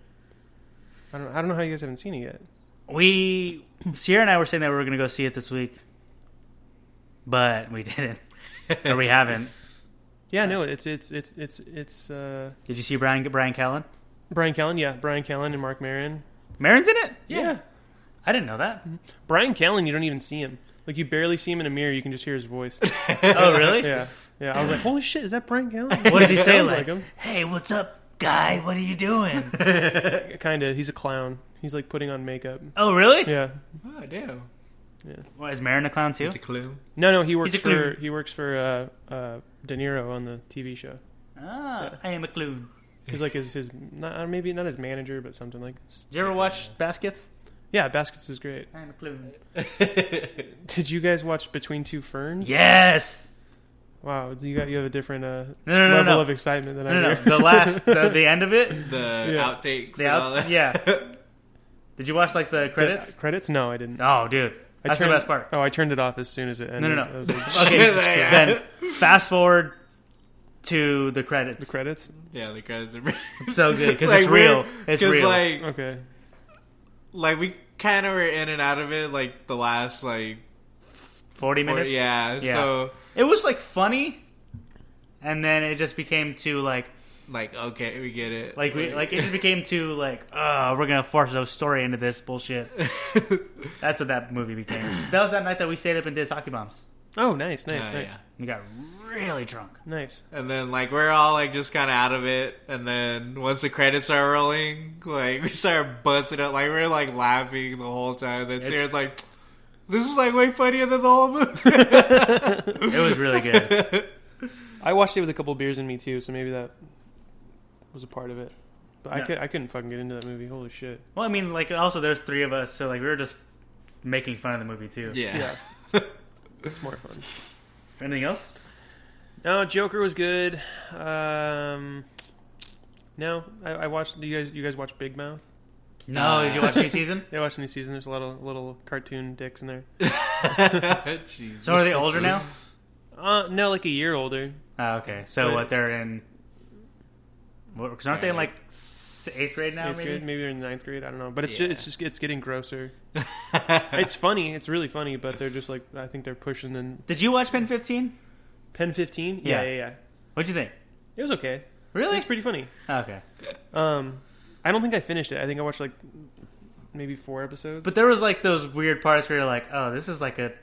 C: I don't. I don't know how you guys haven't seen it yet.
A: we Sierra and I were saying that we were going to go see it this week, but we [LAUGHS] didn't, or we haven't.
C: Yeah, no, it's it's it's it's it's uh,
A: Did you see Brian Brian Callen?
C: Brian Callen. Yeah, Brian Callen and Mark Maron.
A: Maron's in it.
C: yeah,
A: I didn't know
C: [LAUGHS]
A: that.
C: Brian Callen. You don't even see him. Like you barely see him in a mirror. You can just hear
A: [LAUGHS]
C: his voice.
A: Oh, really?
C: Yeah, yeah. I was like, holy shit, is that Brian Callen?
A: What
C: [LAUGHS]
A: does he say?
C: Sounds
A: Like,
C: like
A: hey, what's up, guy? What are you doing? [LAUGHS]
C: Kinda. He's a clown. He's like putting on makeup.
A: oh, really?
C: Yeah.
B: Oh, damn.
A: Well, is Marin a clown too?
B: It's a clue.
C: No, no. He works
A: He's a
C: for
A: clown.
C: he works for uh, uh, De Niro on the TV show.
A: Ah, I am a clown.
C: He's like his his not, uh, maybe not his manager, but something like.
A: Did you ever watch Baskets?
C: Yeah, Baskets is great. [LAUGHS]
A: I am a clown.
C: Did you guys watch Between Two Ferns?
A: Yes.
C: Wow, you got you have a different uh,
A: No, no, no,
C: level
A: no.
C: of excitement than I
A: No, no,
C: do.
A: no. The
C: [LAUGHS]
A: last, the, the end of it.
B: The
C: Yeah.
B: outtakes.
A: The
B: and
A: out-
B: all that.
A: yeah. Did you watch like the credits?
C: Uh, Credits? No, I didn't.
A: Oh, dude,
C: I
A: that's
C: turned-
A: the best part.
C: [LAUGHS] Oh, I turned it off as soon as it
A: No,
C: ended.
A: no,
C: I
A: no.
C: was like,
A: okay,
B: Jesus Christ.
A: then fast forward to the credits. The
C: credits?
B: [LAUGHS] yeah, the credits are
A: So good because
B: [LAUGHS] Like,
A: it's real.
B: we're-
A: It's
B: 'cause,
A: real.
B: Like,
C: Okay.
B: like we kind of were in and out of it like the last like
A: Forty
B: four,
A: minutes.
B: yeah,
A: Yeah.
B: so
A: It was like funny, and then it just became too like
B: like okay we get it
A: like we like it
B: [LAUGHS]
A: just became too like uh we're gonna force a story into this bullshit. That's what that movie became. That was that night that we stayed up and did sake bombs.
C: Oh, nice, nice,
B: Oh,
C: nice,
B: yeah.
A: We got really drunk.
C: nice.
B: and then like we're all like just kind of out of it and then once the credits are rolling like we start busting up like we're like laughing the whole time then Sarah's like this is like way funnier than the
A: [LAUGHS]
B: whole movie
A: It was really good.
C: I watched it with a couple beers in me too, so maybe that was a part of it. But I
A: Yeah.
C: could I couldn't fucking get into that movie. Holy shit.
A: well, I mean, like also there's three of us, so like we were just making fun of the movie too.
C: Yeah. [LAUGHS] it's more fun.
A: Anything else?
C: No, Joker was good. Um, no, I, I watched. You guys, you guys watch Big Mouth?
A: No. Did you watch new
C: [LAUGHS]
A: season?
C: They watched the new season. There's a lot of little cartoon dicks in there.
B: [LAUGHS] Jesus.
A: So are they older now?
C: Uh, no, like a year older.
A: Oh, okay. So
C: But-
A: what they're in? Because aren't they in like s- eighth grade now?
C: Eighth
A: maybe.
C: grade, maybe they're in ninth grade. I don't know. But it's
B: Yeah.
C: just, it's just it's getting grosser. it's funny. It's really funny. But they're just like I think they're pushing in
A: Did you watch Pen Fifteen?
C: Pen 15.
A: Yeah.
C: yeah, yeah. yeah.
A: What'd you think?
C: It was okay.
A: Really?
C: It's pretty funny.
A: okay.
C: Um, I don't think I finished it. I think I watched like maybe four episodes.
A: But there was like those weird parts where you're like, oh, this is like a.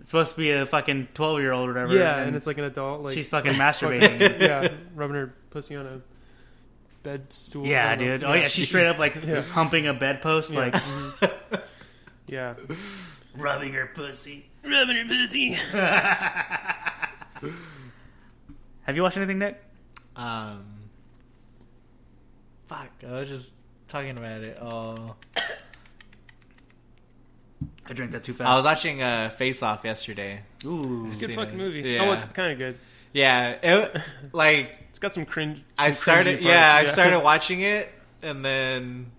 A: It's supposed to be a fucking twelve year old or whatever.
C: yeah, and, it's like an adult like
A: she's [LAUGHS] fucking masturbating.
C: yeah, [LAUGHS] rubbing her pussy on a bed stool.
A: [LAUGHS]
C: I
A: yeah,
C: don't know.
A: dude. Oh [LAUGHS] yeah, she's straight up like
C: Yeah.
A: humping a bedpost, like
C: Yeah.
A: rubbing her pussy.
C: Rubbing her pussy.
A: Have you watched anything, Nick?
B: Um, fuck, I was just talking about it. Oh,
A: I drank that too
B: I
A: fast.
B: was watching uh, Face Off yesterday.
A: Ooh.
C: Good
B: Seen
C: fucking
B: it.
C: movie.
B: Yeah.
C: Oh, it's kind of good.
B: Yeah, it, like
C: It's got some cringe.
B: I
C: some
B: started.
C: cringy
B: Yeah, I
C: parts. [LAUGHS]
B: started watching it, and then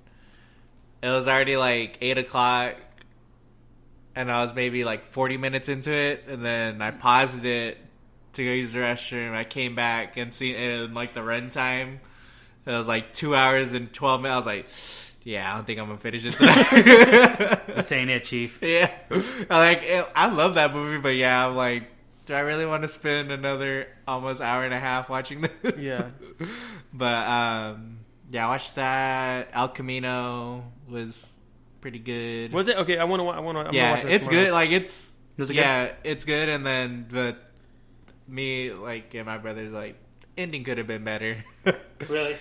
B: it was already like eight o'clock, and I was maybe like forty minutes into it, and then I paused it to go use the restroom. I came back and seen it in like the runtime. It was like two hours and twelve minutes. I was like, yeah, I don't think I'm gonna finish it. Today.
C: [LAUGHS]
A: That's ain't it, Chief.
B: yeah, I like it, I love that movie, but yeah, I'm like. Do I really want to spend another almost hour and a half watching this?
C: Yeah.
B: But um, yeah, I watched that. El Camino was pretty good.
C: Was it okay? I want to. I want to.
B: yeah,
C: watch that
B: it's
C: tomorrow.
B: good. Like it's
A: Was it
B: yeah, it's good. And then the me like and my brother's like ending could have been better.
A: [LAUGHS] Really?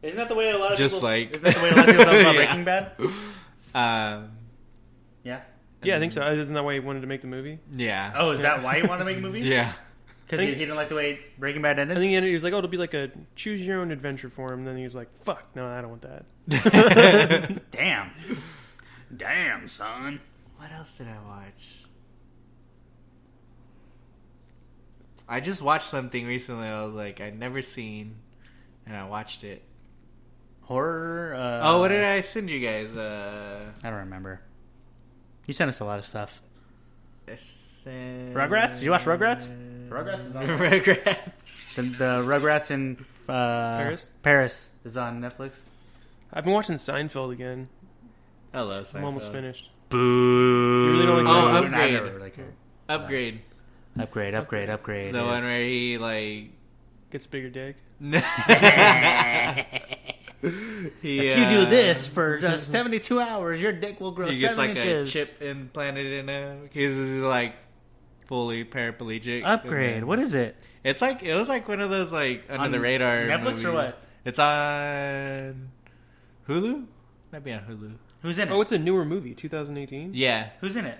A: Isn't that the way a lot of
B: Just
A: people,
B: like-
A: isn't that the way a lot of people talk about
B: [LAUGHS] Yeah.
A: Breaking Bad?
B: [LAUGHS] um,
A: Yeah.
C: Yeah, I think so. Isn't that why he wanted to make the movie?
B: yeah,
A: Oh, is that why you want to [LAUGHS] make a movie?
B: yeah,
A: Because he, he didn't like the way Breaking Bad ended.
C: I think he ended- he was like, "Oh, it'll be like a choose your own adventure for him." And then he was like, "Fuck, no, I don't want
A: [LAUGHS]
C: that."
A: Damn. Damn, son.
B: What else did I watch? I just watched something recently. I was like, I'd never seen, and I watched it.
A: Horror. Uh,
B: Oh, what did I send you guys? Uh,
A: I don't remember. You sent us a lot of stuff.
B: I sent-
A: Rugrats? Did you watch Rugrats? Rugrats [LAUGHS] is on
B: Rugrats.
A: the, the Rugrats in uh, Paris. Paris is on Netflix.
C: I've been watching Seinfeld again.
B: I love Seinfeld.
C: I'm almost finished.
A: Boo.
C: You really don't like
B: Oh,
C: Seinfeld?
A: I've
B: Upgrade.
A: never really cared.
B: Upgrade.
A: Upgrade, upgrade, upgrade.
B: The one
A: It's-
B: where he like [LAUGHS]
C: Gets bigger dick.
B: he,
A: If you do
B: uh,
A: this for just 72 hours, your dick will grow
B: he gets
A: seven
B: like
A: inches.
B: a chip implanted in him. He's he's, like fully paraplegic.
A: Upgrade. What is it?
B: It's like it was like one of those like under
A: On
B: the radar.
A: Netflix or
B: movies.
A: what?
B: It's on Hulu. Might be on Hulu.
A: Who's in it?
C: Oh, it's a newer movie, 2018.
B: Yeah,
A: Who's in it?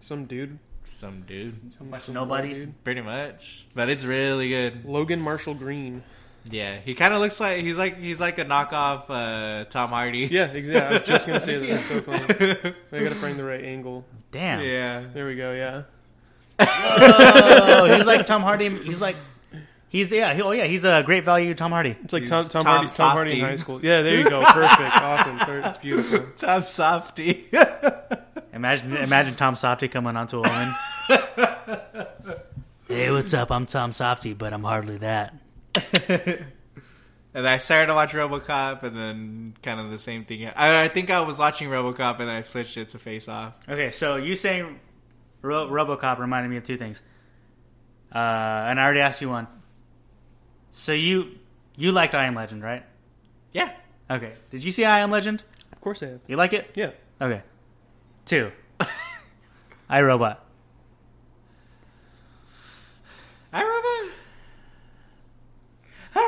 C: Some dude.
B: some dude.
C: Some
A: bunch of
C: some
A: nobodies.
C: dude.
B: Pretty much, but it's really good.
C: Logan Marshall Green.
B: Yeah, he kind of looks like he's like he's like a knockoff uh, Tom Hardy. [LAUGHS]
C: Yeah, exactly. I was
A: [LAUGHS]
C: just gonna say that. That's so funny. I gotta find the right angle.
A: Damn.
B: yeah.
C: There we go. Yeah.
A: Oh, he's like Tom Hardy. He's like, he's yeah. He, oh yeah, he's a great value Tom Hardy.
C: It's like Tom,
B: He's
C: Tom,
B: Tom
C: Hardy, Tom Hardy
B: Softy.
C: in high school. Yeah, there you go. Perfect. awesome. Per- It's beautiful.
B: Tom Softy. [LAUGHS]
A: Imagine imagine Tom Softy coming onto a woman. [LAUGHS] hey, what's up? I'm Tom Softy, but I'm hardly that.
B: And I started to watch RoboCop, and then kind of the same thing. I, I think I was watching RoboCop, and I switched it to Face Off.
A: Okay, so you saying Ro- RoboCop reminded me of two things, uh, and I already asked you one. So you you liked I Am Legend, right?
B: Yeah,
A: Okay. Did you see I Am Legend?
C: Of course I have.
A: You like it?
C: Yeah.
A: Okay. [LAUGHS] Two. I Robot.
B: I Robot. [LAUGHS]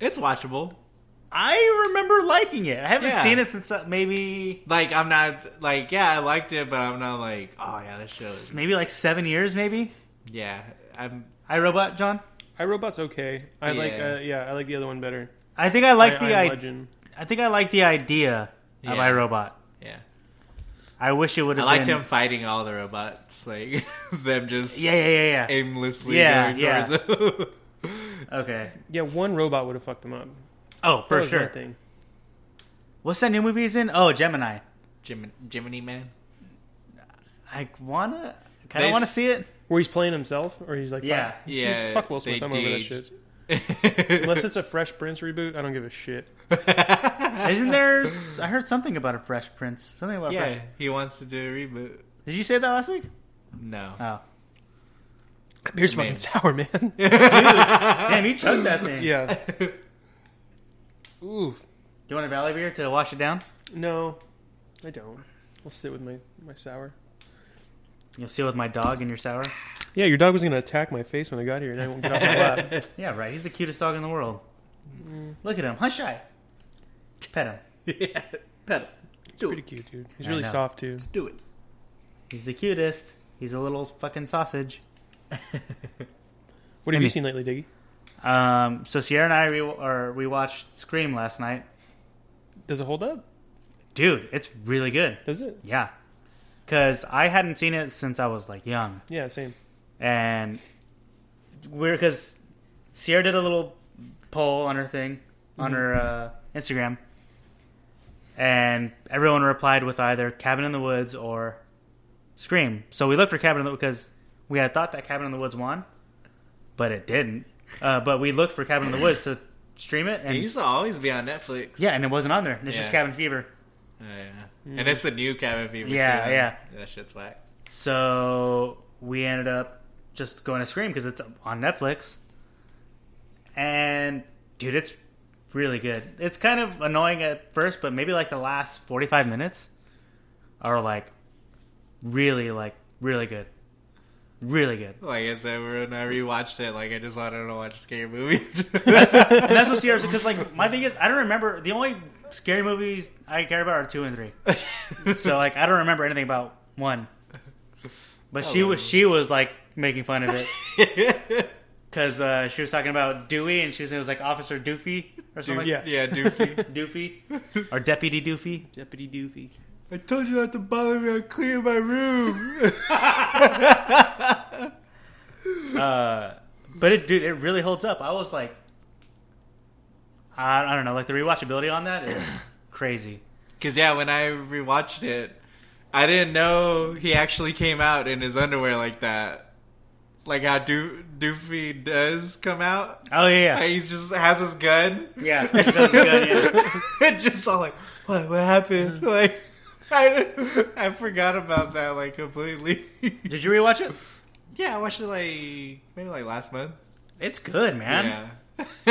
B: It's watchable.
A: I remember liking it. I haven't
B: Yeah.
A: seen it since uh, maybe
B: Like I'm not like yeah, I liked it, but I'm not like oh yeah, that show. Is,
A: maybe like seven years, maybe.
B: yeah, I'm.
A: I Robot, John.
C: iRobot's okay. I like.
B: Yeah.
C: Uh, yeah, I like the other one better.
A: I think I like
C: I,
A: the idea.
C: Iron Legend.
A: I think I like the idea of
B: Yeah.
A: iRobot.
B: Yeah,
A: I wish it would
B: I
A: have
B: liked
A: been.
B: him fighting all the robots, like [LAUGHS] them just
A: Yeah, yeah, yeah, yeah.
B: aimlessly
A: Yeah,
B: going
A: yeah.
B: towards [LAUGHS] them.
A: Okay.
C: Yeah, one robot would have fucked him up.
A: Oh,
C: That
A: for
C: was my
A: sure.
C: Thing.
A: What's that new movie he's in? Oh, Gemini.
B: Jim, Jiminy Man.
A: I wanna, kind
B: They
A: of wanna
B: s-
A: see it.
C: Where he's playing himself, or he's like,
A: Yeah.
C: fuck, dude,
B: Yeah,
C: fuck Will Smith.
B: they
C: I'm over that
B: de-aged. [LAUGHS]
C: shit. Unless it's a Fresh Prince reboot, I don't give a shit.
A: Isn't
B: [LAUGHS]
A: there? s- I heard something about a Fresh Prince. Something about Fresh.
B: Yeah, he wants to do a reboot.
A: Did you say that last week?
B: No.
A: Oh,
C: Beer's
B: fucking
C: [LAUGHS] sour, man.
B: Ah.
A: damn! You chugged that thing.
C: yeah. Oof.
A: You want a Valley beer to wash it down?
C: No, I don't. I'll sit with my, my sour.
A: You'll see with my dog in your sour.
C: Yeah, your dog was gonna attack my face when I got here, and I won't get off my lap.
A: Yeah, right. He's the cutest dog in the world. Look at him. Hush shy. Pet him.
B: [LAUGHS] yeah, pedal.
C: He's pretty cute, dude. He's
A: I
C: really
A: know.
C: soft too.
B: Do it.
A: He's the cutest. He's a little fucking sausage.
C: What have
A: Amy.
C: you seen lately, Diggy?
A: Um, so Sierra and I re- or we watched Scream last night.
C: Does it hold up?
A: Dude, it's really good.
C: Does it?
A: Yeah. Cause I hadn't seen it since I was like young,
C: Yeah, same.
A: and we're cause Sierra did a little poll on her thing on her uh, Instagram, and everyone replied with either Cabin in the Woods or Scream. So we looked for Cabin in the Woods because we had thought that Cabin in the Woods won, but it didn't. Uh, but we looked for Cabin in the Woods to stream it,
B: It
A: and
B: used to always be on Netflix.
A: yeah, and it wasn't on there. It's just
B: Yeah.
A: Cabin Fever.
B: Oh, yeah. And it's the new Cabin Fever.
A: Mm-hmm. Yeah,
B: too.
A: yeah.
B: That shit's whack.
A: So we ended up just going to Scream because it's on Netflix. And dude, it's really good. It's kind of annoying at first, but maybe like the last 45 minutes are like really, like, really good. Really good.
B: Like I said, when I rewatched it, like I just wanted to watch a scary movie. [LAUGHS]
A: And that's what serious because like my thing is I don't remember the only scary movies I care about are two and three. so like I don't remember anything about one. But she was she was like making fun of it because uh, she was talking about Dewey and she was, it was like Officer Doofy or something.
C: yeah.
B: yeah, Doofy.
A: like Doofy or Deputy Doofy.
C: Deputy Doofy.
B: [LAUGHS] I told you not to bother me. I clean my room. [LAUGHS]
A: But it dude, it really holds up. I was like, I, I don't know, like the rewatchability on that is crazy.
B: Because yeah, when I rewatched it, I didn't know he actually came out in his underwear like that. Like how Do- Doofy does come out.
A: Oh yeah, yeah.
B: He just has his gun. [LAUGHS]
A: yeah. That sounds good, yeah.
B: and just all like, what, what happened? [LAUGHS] Like, I, I forgot about that like completely. [LAUGHS]
A: Did you rewatch it?
B: yeah, I watched it like maybe like last month.
A: It's good, man.
B: yeah, [LAUGHS]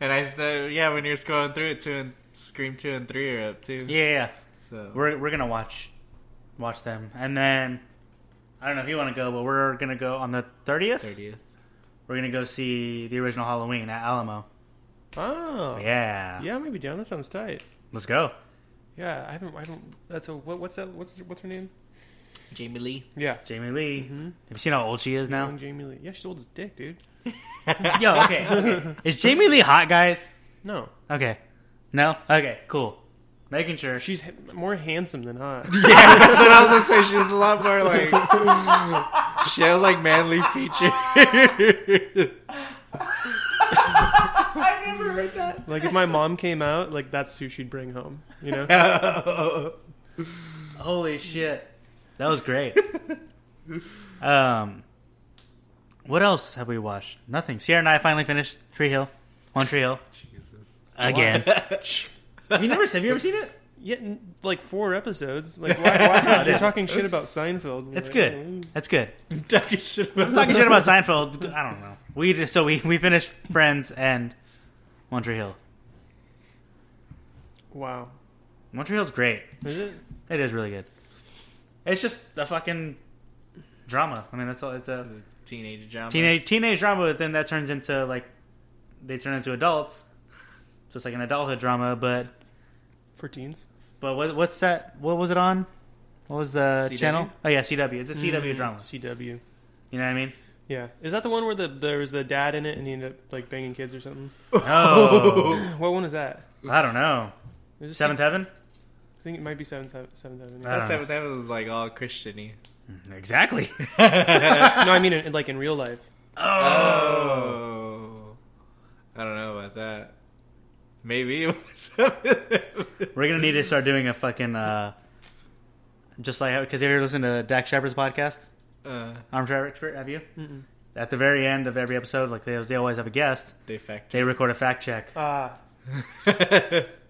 B: and I the, yeah when you're scrolling through it, two and Scream two and three are up too.
A: Yeah, yeah.
B: so.
A: We're we're gonna watch watch them, and then I don't know if you want to go, but we're gonna go on the thirtieth.
B: 30th.
A: We're gonna go see the original Halloween at Alamo.
C: Oh.
A: Yeah,
C: Yeah, maybe down. That sounds tight.
A: Let's go.
C: Yeah, I haven't. I haven't. That's a what, what's that? What's what's her name?
B: Jamie Lee.
C: Yeah.
A: Jamie Lee. Have you seen how old she is now? [LAUGHS]
C: Young Jamie Lee. Yeah, she's old as dick, dude.
A: Yo, okay. okay. Is Jamie Lee hot, guys?
C: No,
A: Okay. No. Okay. Cool. Making sure she
C: She's h- more handsome than
A: [LAUGHS]
C: hot.
B: That's what I was gonna say. She's a lot more like she has like manly features.
C: like if my mom came out, like that's who she'd bring home. You know?
A: Holy shit. That was [LAUGHS] great. um What else have we watched? Nothing. Sierra and I finally finished Tree Hill. On Tree Hill. Jesus. Again. have you never have you ever seen it?
C: Yeah, n- like
A: [LAUGHS]
C: four episodes. Like why, why not? You're talking shit about Seinfeld.
A: It's
C: Like,
A: good. That's [LAUGHS] good.
B: Talking shit about-
A: Talking shit about Seinfeld, I don't know. We just, so we, we finished Friends and One Tree Hill.
C: Wow.
A: One Tree Hill's great.
C: Is it?
A: It is really good. It's just a fucking drama. I mean, that's all. It's a
B: teenage drama.
A: teenage teenage drama, but then that turns into like they turn into adults. So it's like an adulthood drama, but
C: For teens.
A: but what, what's that? What was it on? What was the
B: CW?
A: channel? Oh yeah, CW. It's a CW drama.
C: CW.
A: You know what I mean?
C: Yeah. Is that the one where the there was the dad in it and he ended up like banging kids or something? [CLEARS THROAT]
A: Oh,
C: What one is that?
A: I don't know.
C: Is it
A: Seventh Heaven.
C: I think it might be seven, seven, seven,
A: I
C: seven. Yeah.
B: That
A: don't know.
B: seventh heaven was like all Christiany. [LAUGHS]
A: Exactly.
B: Ah.
C: no, I mean in, like in real life.
B: Oh, I don't know about that. Maybe
A: [LAUGHS]
B: it was seventh heaven.
A: We're gonna need to start doing a fucking uh, just like because you ever listen to Dak Shepard's podcast?
B: Uh,
A: Armchair Expert, have you? At the very end of every episode, like they, they always have a guest,
B: they fact.
A: they record a fact check. [LAUGHS]
C: Ah.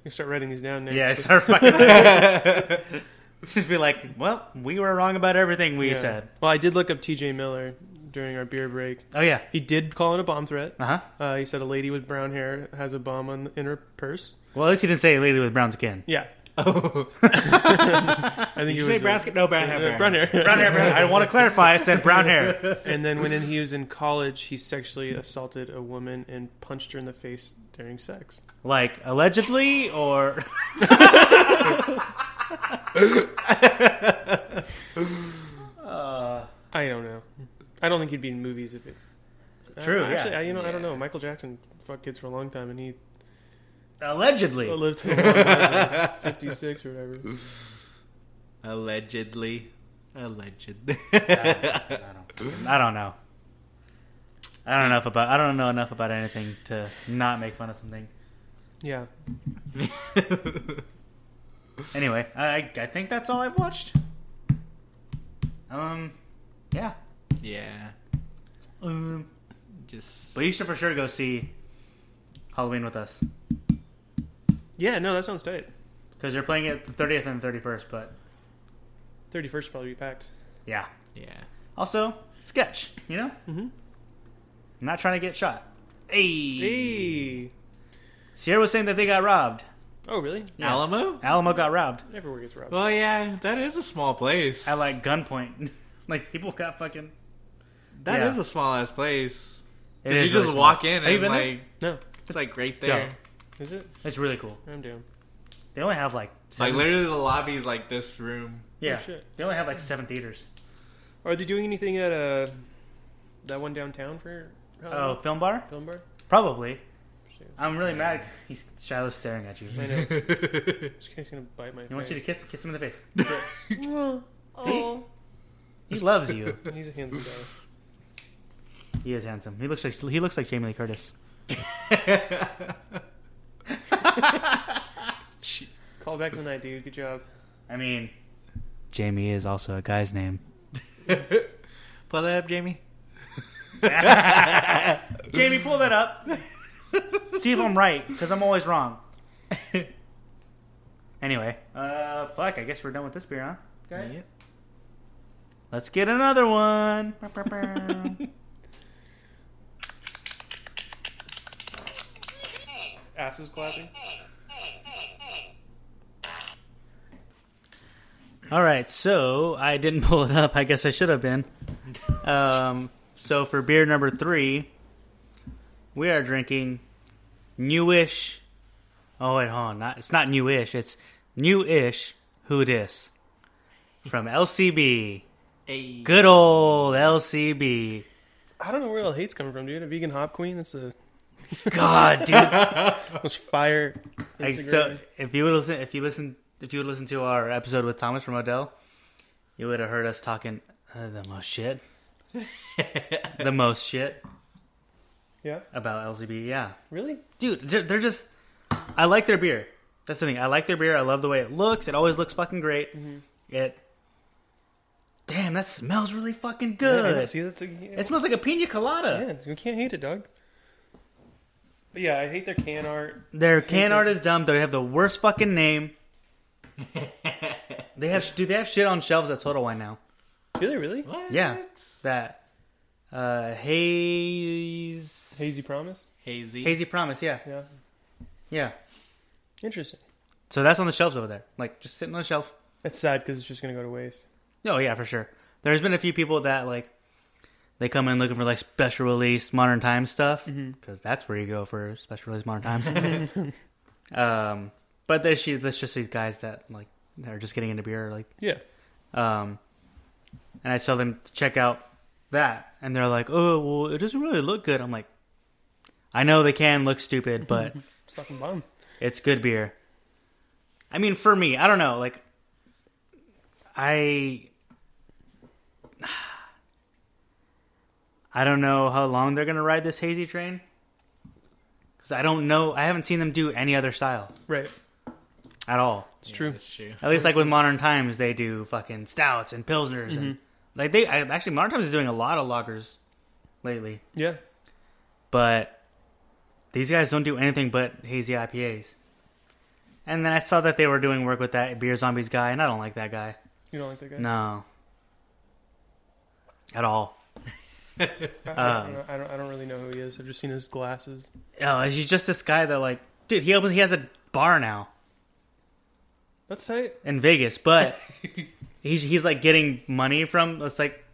C: you start writing these down. Nick.
A: Yeah, I start fucking.
B: [LAUGHS]
A: [LAUGHS] Just be like, well, we were wrong about everything we
C: Yeah.
A: said.
C: Well, I did look up T.J. Miller during our beer break.
A: Oh yeah.
C: He did call in a bomb threat.
B: Uh-huh.
A: Uh huh.
C: Uh, he said a lady with brown hair has a bomb on, in her purse.
A: Well, at least he didn't say lady with brown skin.
C: Yeah,
B: [LAUGHS] Oh,
C: I think
B: you
C: he
B: say
C: was
B: brown skin? No, brown
C: uh,
B: hair.
C: uh, brown hair.
A: Brown hair. Brown. I want to clarify. I said brown hair.
B: [LAUGHS]
C: [LAUGHS] and then when he was in college, he sexually assaulted a woman and punched her in the face during sex.
A: Like allegedly, or [LAUGHS]
C: I don't know. I don't think he'd be in movies if it. Uh,
A: True,
C: Actually,
A: yeah.
C: I, you know, I don't
B: Yeah.
C: know. Michael Jackson fucked kids for a long time,
A: [LAUGHS]
C: and he
A: allegedly.
C: lived to like fifty-six or whatever.
B: Allegedly,
A: [LAUGHS]
B: allegedly.
A: I don't know. I don't know enough about. I don't know enough about anything to not make fun of something.
C: Yeah.
A: Anyway, I I think that's all I've watched. Um, yeah.
B: yeah, just
A: Um. But you should for sure go see Halloween with us.
C: Yeah. No, that sounds tight.
A: Because they're playing it the 30th and 31st, but
C: Thirty-first probably be packed.
A: yeah.
B: yeah.
A: Also, sketch, you know? Mm-hmm. Not trying to get shot.
C: Hey.
A: Sierra was saying that they got robbed.
C: Oh really?
B: Alamo?
A: Alamo got robbed
C: Everywhere gets robbed.
B: Well, yeah, that is a small place.
A: at like gunpoint. [LAUGHS] like people got fucking.
B: That is
A: yeah.
B: a small ass place.
A: It
B: Cause
A: is
B: you just
A: really
B: walk
A: small.
B: in
A: Have you
B: and
A: been
B: like
A: there?
C: No.
B: it's like right there.
A: Dope.
C: Is it?
A: It's really cool.
C: I'm down.
A: They only have like
B: It's like
A: seven.
B: literally the lobby is like
A: [LAUGHS]
B: this room. [LAUGHS]
A: yeah.
C: shit.
A: They only have like seven theaters.
C: Are they doing anything at uh that one downtown for
A: Oh,
C: Halloween?
A: film bar?
C: film bar?
A: Probably. I'm really mad. He's Shiloh's staring at you.
C: I know. this guy's gonna bite my
A: He wants you to
C: face.
A: kiss kiss him in the [LAUGHS] face. See? He loves you.
C: He's a handsome guy.
A: He is handsome. He looks like he looks like Jamie Lee Curtis.
C: Call back the night, dude. Good job.
A: I mean, Jamie is also a guy's name.
B: Pull that up, Jamie.
A: Jamie, pull that up. [LAUGHS] See if I'm right, because I'm always wrong. [LAUGHS] anyway, uh, fuck. I guess we're done with this beer, huh? Guys,
B: Yeah.
A: let's get another one. Bow, bow, bow.
C: Ass is clapping.
A: All right, so I didn't [LAUGHS] pull it up. I guess I should have been. Um, so for beer number three, we are drinking newish. Oh wait, hold on. Not, it's not newish. It's newish. Who dis? From LCB.
B: Hey.
A: Good old LCB.
C: I don't know where all the hate's coming from, dude. A vegan hop queen. That's the
A: God, dude.
C: most fire.
A: Like, so if you would listen, if you listen, if you would listen to our episode with Thomas from Odell, you would have heard us talking uh, the most shit, the most shit
C: Yeah.
A: about LCB. Yeah,
C: Really?
A: dude, ju- they're just. I like their beer. That's the thing. I like their beer. I love the way it looks. It always looks fucking great. It. Damn, that smells really fucking
C: I
A: good.
C: know. See, that's a,
A: it smells like a pina colada.
C: yeah, you can't hate it, dog. But yeah, I hate their can art.
A: Their can art is dumb. They have the worst fucking name. they have do they have shit on shelves at Total Wine now?
C: Do they really?
A: Yeah, that uh, haze
C: Hazy Promise?
B: Hazy.
A: hazy promise. Yeah,
C: Yeah.
A: yeah.
C: Interesting.
A: So that's on the shelves over there, like just sitting on the shelf.
C: That's sad because it's just going to go to waste.
A: Oh yeah, for sure. There's been a few people that like they come in looking for like special release modern times stuff because that's where you go for special release modern times. [LAUGHS] um, but there's that's just these guys that like are just getting into beer, like
C: Yeah.
A: um, and I tell them to check out that, and they're like, "Oh, well, it doesn't really look good." I'm like, "I know they can look stupid, but
C: It's fucking bomb.
A: it's good beer." I mean, for me, I don't know. Like, I, [SIGHS] I don't know how long they're gonna ride this hazy train because I don't know. I haven't seen them do any other style
C: Right.
A: at all.
C: It's true.
B: That's true.
A: At least like with modern times, they do fucking stouts and pilsners and like they I, actually modern times is doing a lot of lagers lately,
C: Yeah.
A: but these guys don't do anything but hazy IPAs. And then I saw that they were doing work with that beer zombies guy, and I don't like that guy.
C: You don't like that guy?
A: No, at all.
C: I, I don't, know- I, don't, I don't really know who he is. I've just seen his glasses.
A: Oh, he's just this guy that like, dude. He opens. He has a bar now
C: That's tight.
A: in Vegas, but he's he's like getting money from. It's like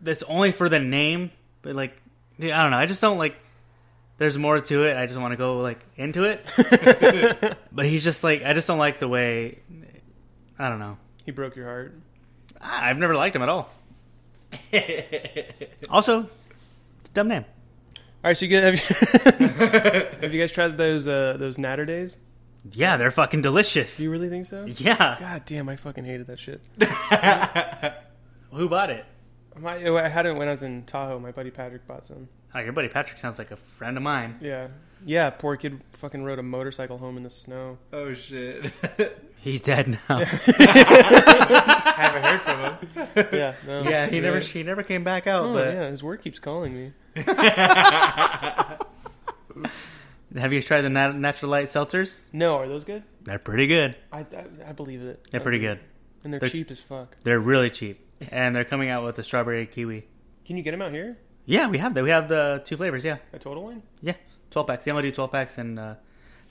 A: that's only for the name, but like dude, I don't know. I just don't like. There's more to it. I just want to go like into it, but he's just like I just don't like the way. I don't know.
C: He broke your heart.
A: I, I've never liked him at all. also, it's a dumb name.
C: All right, so you get, [LAUGHS] have, you, have you guys tried those uh, those natter days?
A: Yeah, they're fucking delicious.
C: Do you really think [LAUGHS] so?
A: Yeah,
C: God damn, I fucking hated that shit.
A: who bought it?
C: My, I had it when I was in Tahoe. My buddy Patrick bought some.
A: Oh, your buddy Patrick sounds like a friend of mine.
C: Yeah, yeah. Poor kid fucking rode a motorcycle home in
A: [LAUGHS]
C: the snow.
B: Oh shit. [LAUGHS]
A: He's dead now.
B: Haven't heard from him.
C: Yeah, no.
A: [LAUGHS] yeah, he never he never came back out.
C: Oh,
A: but
C: yeah, his work keeps calling me.
A: Have you tried the nat- natural light seltzers?
C: No, are those good?
A: They're pretty good.
C: I I, I believe it.
A: They're pretty good.
C: And they're,
A: They're-
C: cheap as fuck.
A: They're really cheap, and they're coming out with the strawberry kiwi.
C: Can you get them out here?
A: Yeah, we have that. We have the two flavors. Yeah,
C: A total one?
A: yeah, twelve packs. They only do twelve packs, and uh,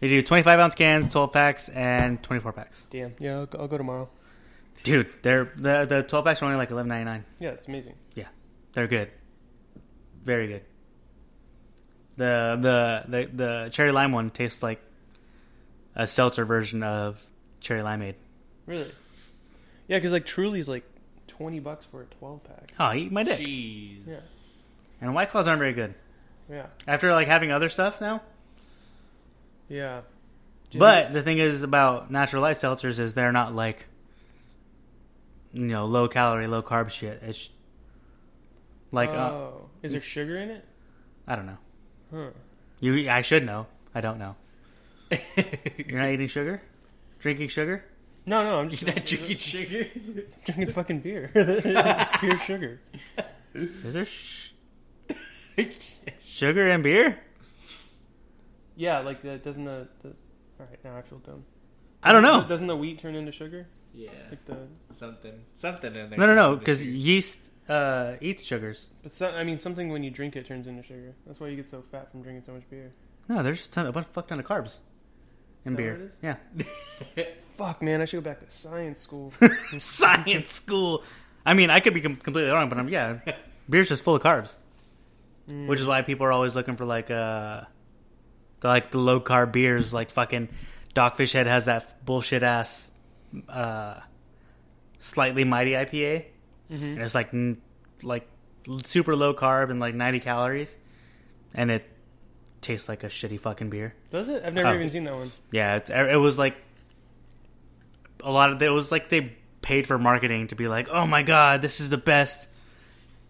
A: they do twenty-five ounce cans, twelve packs, and twenty-four packs.
C: Damn. Yeah, I'll, go- I'll go tomorrow.
A: Dude, they're the the twelve packs are only like eleven ninety-nine.
C: Yeah, it's amazing.
A: Yeah, they're good, very good. The the the the cherry lime one tastes like a seltzer version of cherry limeade.
C: Really. Yeah, because like Truly's like twenty bucks for a twelve pack.
A: Oh, eat my dick.
B: Jeez.
C: Yeah,
A: And White Claws aren't very good.
C: yeah,
A: After like having other stuff now.
C: yeah. Do you
A: But the thing is about natural light seltzers is they're not like you know, low calorie, low carb shit. It's like
C: think-
A: uh,
C: oh, is there sugar in it?
A: I don't know.
C: Huh.
A: You I should know. I don't
C: [LAUGHS]
A: know. You're not eating sugar? Drinking sugar?
C: No, no, I'm just
B: Not drinking
C: [LAUGHS]
B: sugar.
C: drinking fucking beer. [LAUGHS] it's pure sugar.
A: Is there
C: [LAUGHS]
A: sh- sugar in beer?
C: Yeah, like the, doesn't the, the all right now I feel dumb.
A: I don't know.
C: Doesn't the wheat turn into sugar?
B: Yeah.
C: Like the
B: Something. Something in there.
A: No, no, no,
C: [LAUGHS]
A: cuz yeast uh, eats sugars.
C: but some, I mean something when you drink it turns into sugar. That's why you get so fat from drinking so much beer.
A: No, there's just a ton, a bunch fuck ton of carbs in
C: Is that what it
A: beer.
C: is?
A: Yeah.
C: Fuck man, I should go back to
A: [LAUGHS]
C: science school.
A: science school. I mean, I could be com- completely wrong, but I'm yeah. Beer's just full of carbs, which is why people are always looking for like uh, the, like the low carb beers. Like fucking Dogfish Head has that bullshit ass, uh, slightly mighty IPA, and it's like n- like super low carb and like 90 calories, and it tastes like a shitty fucking beer.
C: Does it? I've never
A: Oh.
C: even seen that one.
A: Yeah, it, it was like a lot of it was like they paid for marketing to be like, oh my god, this is the best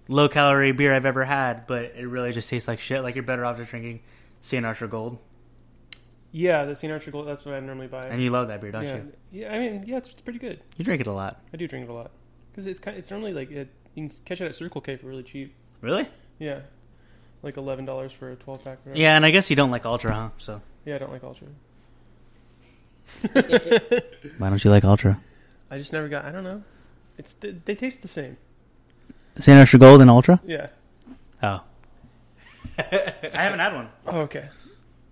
A: low calorie beer I've ever had, but it really just tastes like shit. Like you're better off just drinking Saint Archer Gold,
C: Yeah, the St. Archie Gold. That's what I normally buy.
A: and you love that beer, don't
C: yeah.
A: you?
C: yeah, I mean, yeah, it's, it's pretty good.
A: You drink it a lot,
C: I do drink it a lot because it's kind. It's normally like it, you can catch it at Circle K for really cheap.
A: really?
C: Yeah, like eleven dollars for a twelve pack. or whatever.
A: Yeah, and I guess you don't like Ultra, huh? So
C: yeah, I don't like Ultra.
A: why don't you like Ultra?
C: [LAUGHS] I just never got. I don't know. It's they, they taste the same.
A: Saint Archer Gold and Ultra?
C: Yeah.
A: Oh, [LAUGHS] I haven't had one.
C: Oh, okay.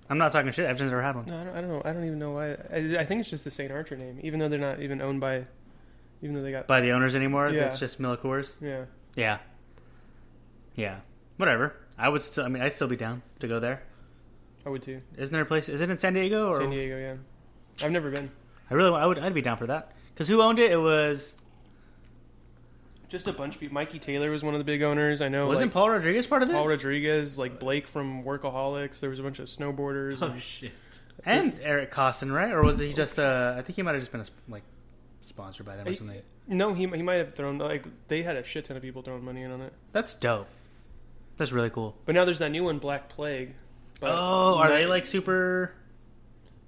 A: I'm not talking shit. I've just never had one.
C: No, I don't, I don't know. I don't even know why. I, I think it's just the Saint Archer name, even though they're not even owned by, even though they got.
A: By the owners anymore?
C: Yeah.
A: It's just Miller Coors.
C: yeah.
A: Yeah. Yeah. Whatever. I would still. I mean, I'd still be down to go there.
C: I would too.
A: Isn't there a place? Is it in San Diego? Or
C: San Diego, yeah. I've never been.
A: I really. I would. I'd be down for that. Because who owned it? It was.
C: Just a bunch of people. Mikey Taylor was one of the big owners. I know.
A: Wasn't
C: like,
A: Paul Rodriguez part of it?
C: Paul Rodriguez, like Blake from Workaholics. There was a bunch of snowboarders. and-
B: Oh, shit.
A: and Eric Costin, right? Or was he just? Uh, I think he might have just been a, sp- like sponsored by them or
C: Hey.
A: something.
C: no, he he might have thrown like they had a shit ton of people throwing money in on it.
A: That's dope. That's really cool.
C: But now there's that new one, Black Plague. But
A: Oh, are they
C: Uh, Ni-
A: like super?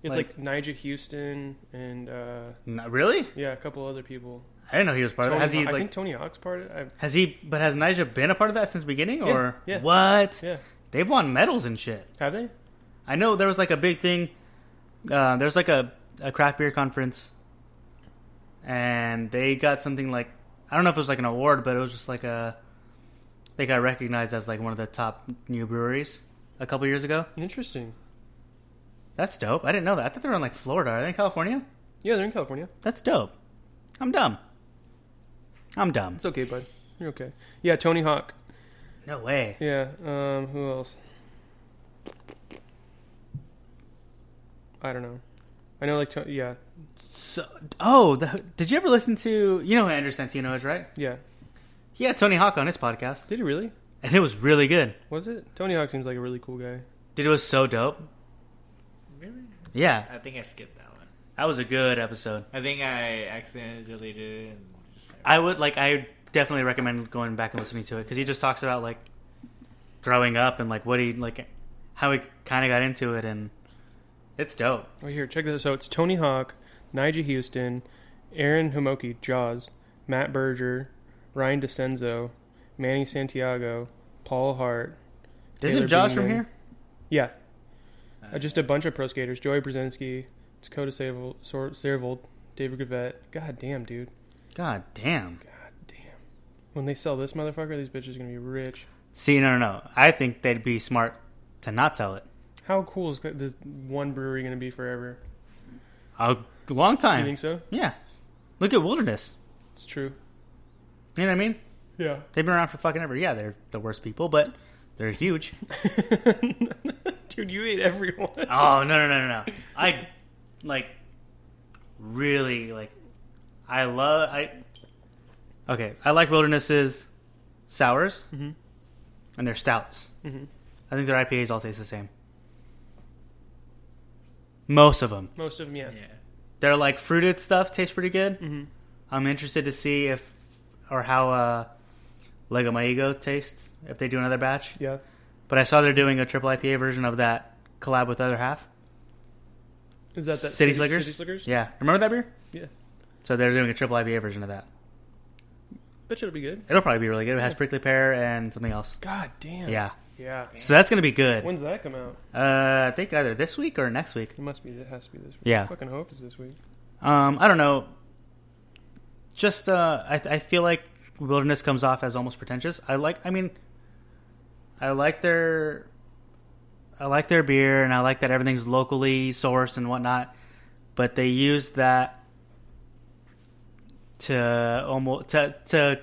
C: It's
A: like-
C: like, Nigel Houston and uh,
A: Not really.
C: yeah, a couple other people.
A: I didn't know he was part
C: Tony,
A: of it. Has he
C: I
A: like?
C: think Tony Hawk's part of it.
A: has he? But has Nija been a part of that since the beginning? Or
C: yeah.
A: what?
C: I, yeah,
A: They've won medals and shit.
C: have they?
A: I know there was like a big thing. Uh, there was like a, a craft beer conference, and they got something like I don't know if it was like an award, but it was just like a they got recognized as like one of the top new breweries a couple years ago.
C: Interesting.
A: That's dope. I didn't know that. I thought they were in like Florida. Are they in California?
C: Yeah, they're in California.
A: That's dope. I'm dumb. I'm dumb.
C: It's okay, bud. You're okay. Yeah, Tony Hawk.
A: No way.
C: Yeah. Um, who else? I don't know. I know, like, to- yeah,
A: So, oh, the, did you ever listen to you know who Andrew Santino is, right?
C: yeah.
A: He had Tony Hawk on his podcast,
C: Did he really?
A: and it was really good.
C: Was it? Tony Hawk seems like a really cool guy.
A: Dude, it was so dope.
B: Really?
A: Yeah,
B: I think I skipped that one.
A: That was a good episode.
B: I think I accidentally deleted it. And just
A: I would like. I definitely recommend going back and listening to it because he just talks about like growing up and like what he like, how he kind of got into it, and it's dope.
C: Oh, here, check this out. So it's Tony Hawk, Nigel Houston, Aaron Homoki, Jaws, Matt Berger, Ryan DeCenzo, Manny Santiago, Paul Hart. Taylor
A: Isn't Josh
C: Bean
A: from
C: May.
A: here?
C: Yeah. Uh, just a bunch of pro skaters. Joey Brzezinski, Dakota Savold, Savold David Gavette. God damn, dude.
A: God damn.
C: God damn. When they sell this motherfucker, these bitches are going to be rich.
A: See, no, no, no. I think they'd be smart to not sell it.
C: How cool is this one brewery going to be forever?
A: A long
C: You
A: time.
C: think so?
A: Yeah. Look at Wilderness.
C: It's true.
A: You know what I mean?
C: Yeah.
A: They've been around for fucking ever. Yeah, they're the worst people, but they're huge.
C: [LAUGHS] Dude, you ate [LAUGHS] everyone.
A: Oh no no no no no! I like really like I love I. Okay, I like Wilderness's sours and their stouts. I think their IPAs all taste the same. Most of them,
C: Most of them, yeah.
B: yeah.
A: their like fruited stuff tastes pretty good. I'm interested to see if or how uh, Lego My Ego tastes if they do another batch.
C: Yeah.
A: But I saw they're doing a triple IPA version of that collab with Other Half.
C: Is that that
A: City, Slickers.
C: City Slickers?
A: Yeah, remember that beer?
C: Yeah.
A: So they're doing a triple IPA version of that.
C: Bet you it'll be good.
A: It'll probably be really good. It has prickly pear and something else.
C: God damn.
A: Yeah.
C: Yeah.
A: So that's gonna be good. Uh,
C: When's that come out?
A: I think either this week or next week.
C: It must be. It has to be this week.
A: Yeah.
C: I fucking hope it's this week.
A: Um, I don't know. Just uh, I I feel like Wilderness comes off as almost pretentious. I like. I mean, I like their. I like their beer, and I like that everything's locally sourced and whatnot. But they use that to almost to to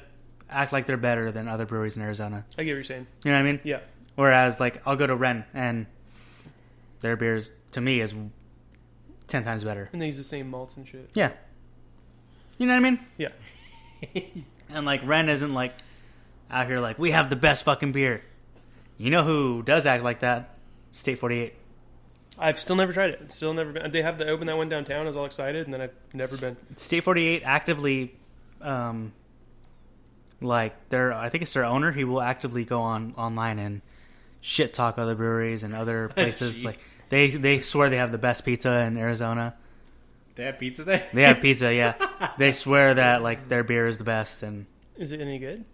A: act like they're better than other breweries in Arizona.
C: I get what you're saying.
A: You know what I mean?
C: Yeah.
A: Whereas, like, I'll go to Ren, and their beers to me is ten times better.
C: And they use the same malts and shit.
A: Yeah. You know what I mean?
C: Yeah.
A: And like Ren isn't like out here like we have the best fucking beer. You know who does act like that? State 48.
C: I've still never tried it. Still never been. They have the open that one downtown. I was all excited, and then I've never been.
A: State 48 actively, um, like their I think it's their owner. He will actively go on online and shit talk other breweries and [LAUGHS] other places.
B: Jeez.
A: like they they swear they have the best pizza in Arizona.
B: They have pizza there.
A: They have [LAUGHS] pizza, yeah. They swear that like their beer is the best. And
C: Is it any good?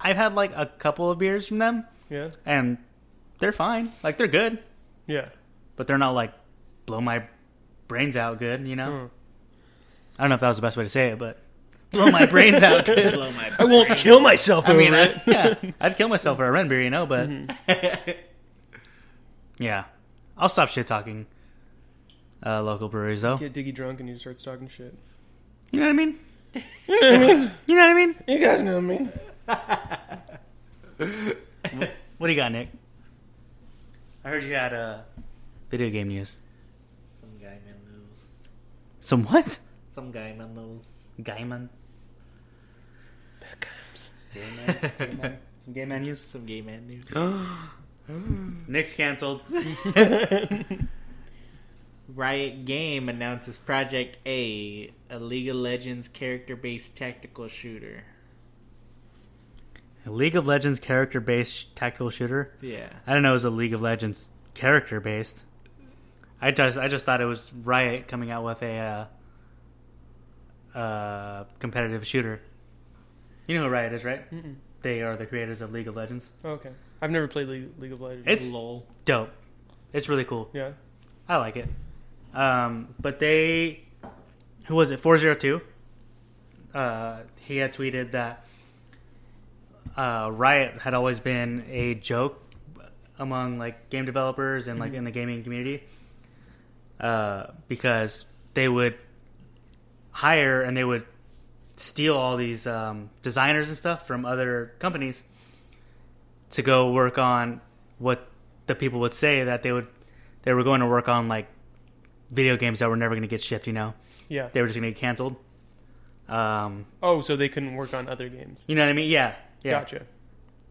A: I've had like a couple of beers from them,
C: Yeah,
A: and they're fine. Like they're good,
C: yeah.
A: but they're not like blow my brains out good. You know. I don't know if that was the best way to say it, but blow my brains out good.
B: Blow my
C: I won't kill myself.
A: I mean, I, yeah, I'd kill myself for a Ren beer, you know, but [LAUGHS] yeah, I'll stop shit talking uh, local breweries though.
C: get diggy drunk and he just starts talking shit.
A: You know what I mean? you know what I mean?
C: [LAUGHS] You guys know me.
A: What do you got, Nick? I heard you had uh, video game news.
B: Some guy man knows.
A: Some what?
B: Some guy man knows.
A: Gaiman. [LAUGHS]
B: Some gay man news. Some gay man news.
A: Nick's [LAUGHS] canceled.
B: Riot Game announces Project A, a League of Legends character-based tactical shooter.
A: A League of Legends character based tactical shooter.
B: Yeah. [LAUGHS]
A: I don't know. It was a League of Legends character based. I just I just thought it was Riot coming out with a uh, uh, competitive shooter. You know who Riot is, right? mm They are the creators of League of Legends.
C: Okay, I've never played League, League of Legends.
A: It's dope. It's really cool.
C: yeah,
A: I like it. Um, but they, who was it? Four zero two. Uh, he had tweeted that uh, Riot had always been a joke among like game developers and like in the gaming community uh, because they would hire and they would steal all these um, designers and stuff from other companies to go work on what the people would say that they would they were going to work on like video games that were never going to get shipped. You know,
C: yeah.
A: they were just going to get canceled. Um,
C: Oh, so they couldn't work on other games.
A: you know what I mean? Yeah, yeah.
C: Gotcha.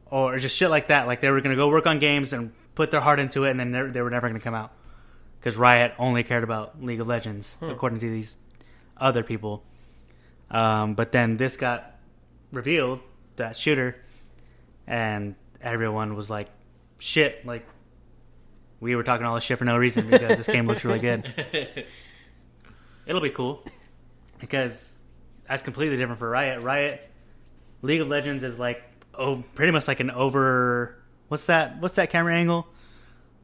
A: Or just shit like that. Like they were going to go work on games and put their heart into it, and then they they were never going to come out because Riot only cared about League of Legends, according to these other people. Um, but then this got revealed that shooter, and everyone was like, "Shit!" Like we were talking all this shit for no reason because this game looks really
B: [LAUGHS]
A: good. It'll be cool because that's completely different for Riot. Riot League of Legends is like oh, pretty much like an over. What's that? What's that camera angle?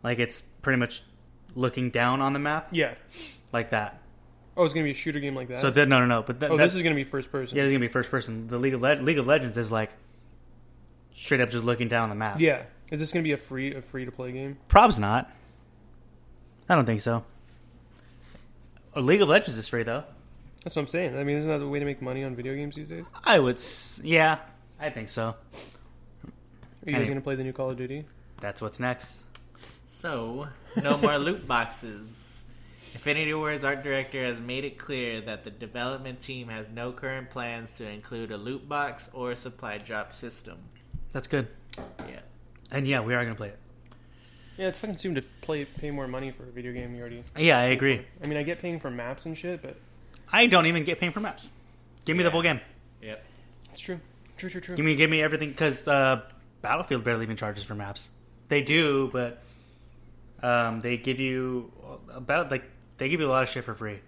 A: Like it's pretty much looking down on the map
C: Yeah.
A: like that.
C: Oh, it's gonna be a shooter game like that.
A: So that no no no. But that
C: oh,
A: that's,
C: this is gonna be first person.
A: yeah, this is gonna be first person. The League of Le- League of Legends is like straight up just looking down on the map.
C: Yeah. Is this gonna be a free a free to play game?
A: Prob's not. I don't think so. Oh, League of Legends is free though.
C: That's what I'm saying. I mean, isn't that the way to make money on video games these days? Are
A: I would. S- yeah, I think so.
C: you guys
A: Hey.
C: gonna play the new Call of Duty?
A: That's what's next.
B: So, no more loot boxes. Infinity Ward's art director has made it clear that the development team has no current plans to include a loot box or supply drop system.
A: That's good.
B: Yeah.
A: And yeah, we are gonna play it.
C: Yeah, it's fucking soon to play pay more money for a video game. You already.
A: Yeah, I agree.
C: I mean, I get paying for maps and shit, but
A: I don't even get paid for maps. Give me the
B: Yeah.
A: full game.
B: Yep.
C: it's true. True, true, true.
A: Give me, give me everything because uh, Battlefield barely even charges for maps. They do, but um, they give you about like they give you a lot of shit for free.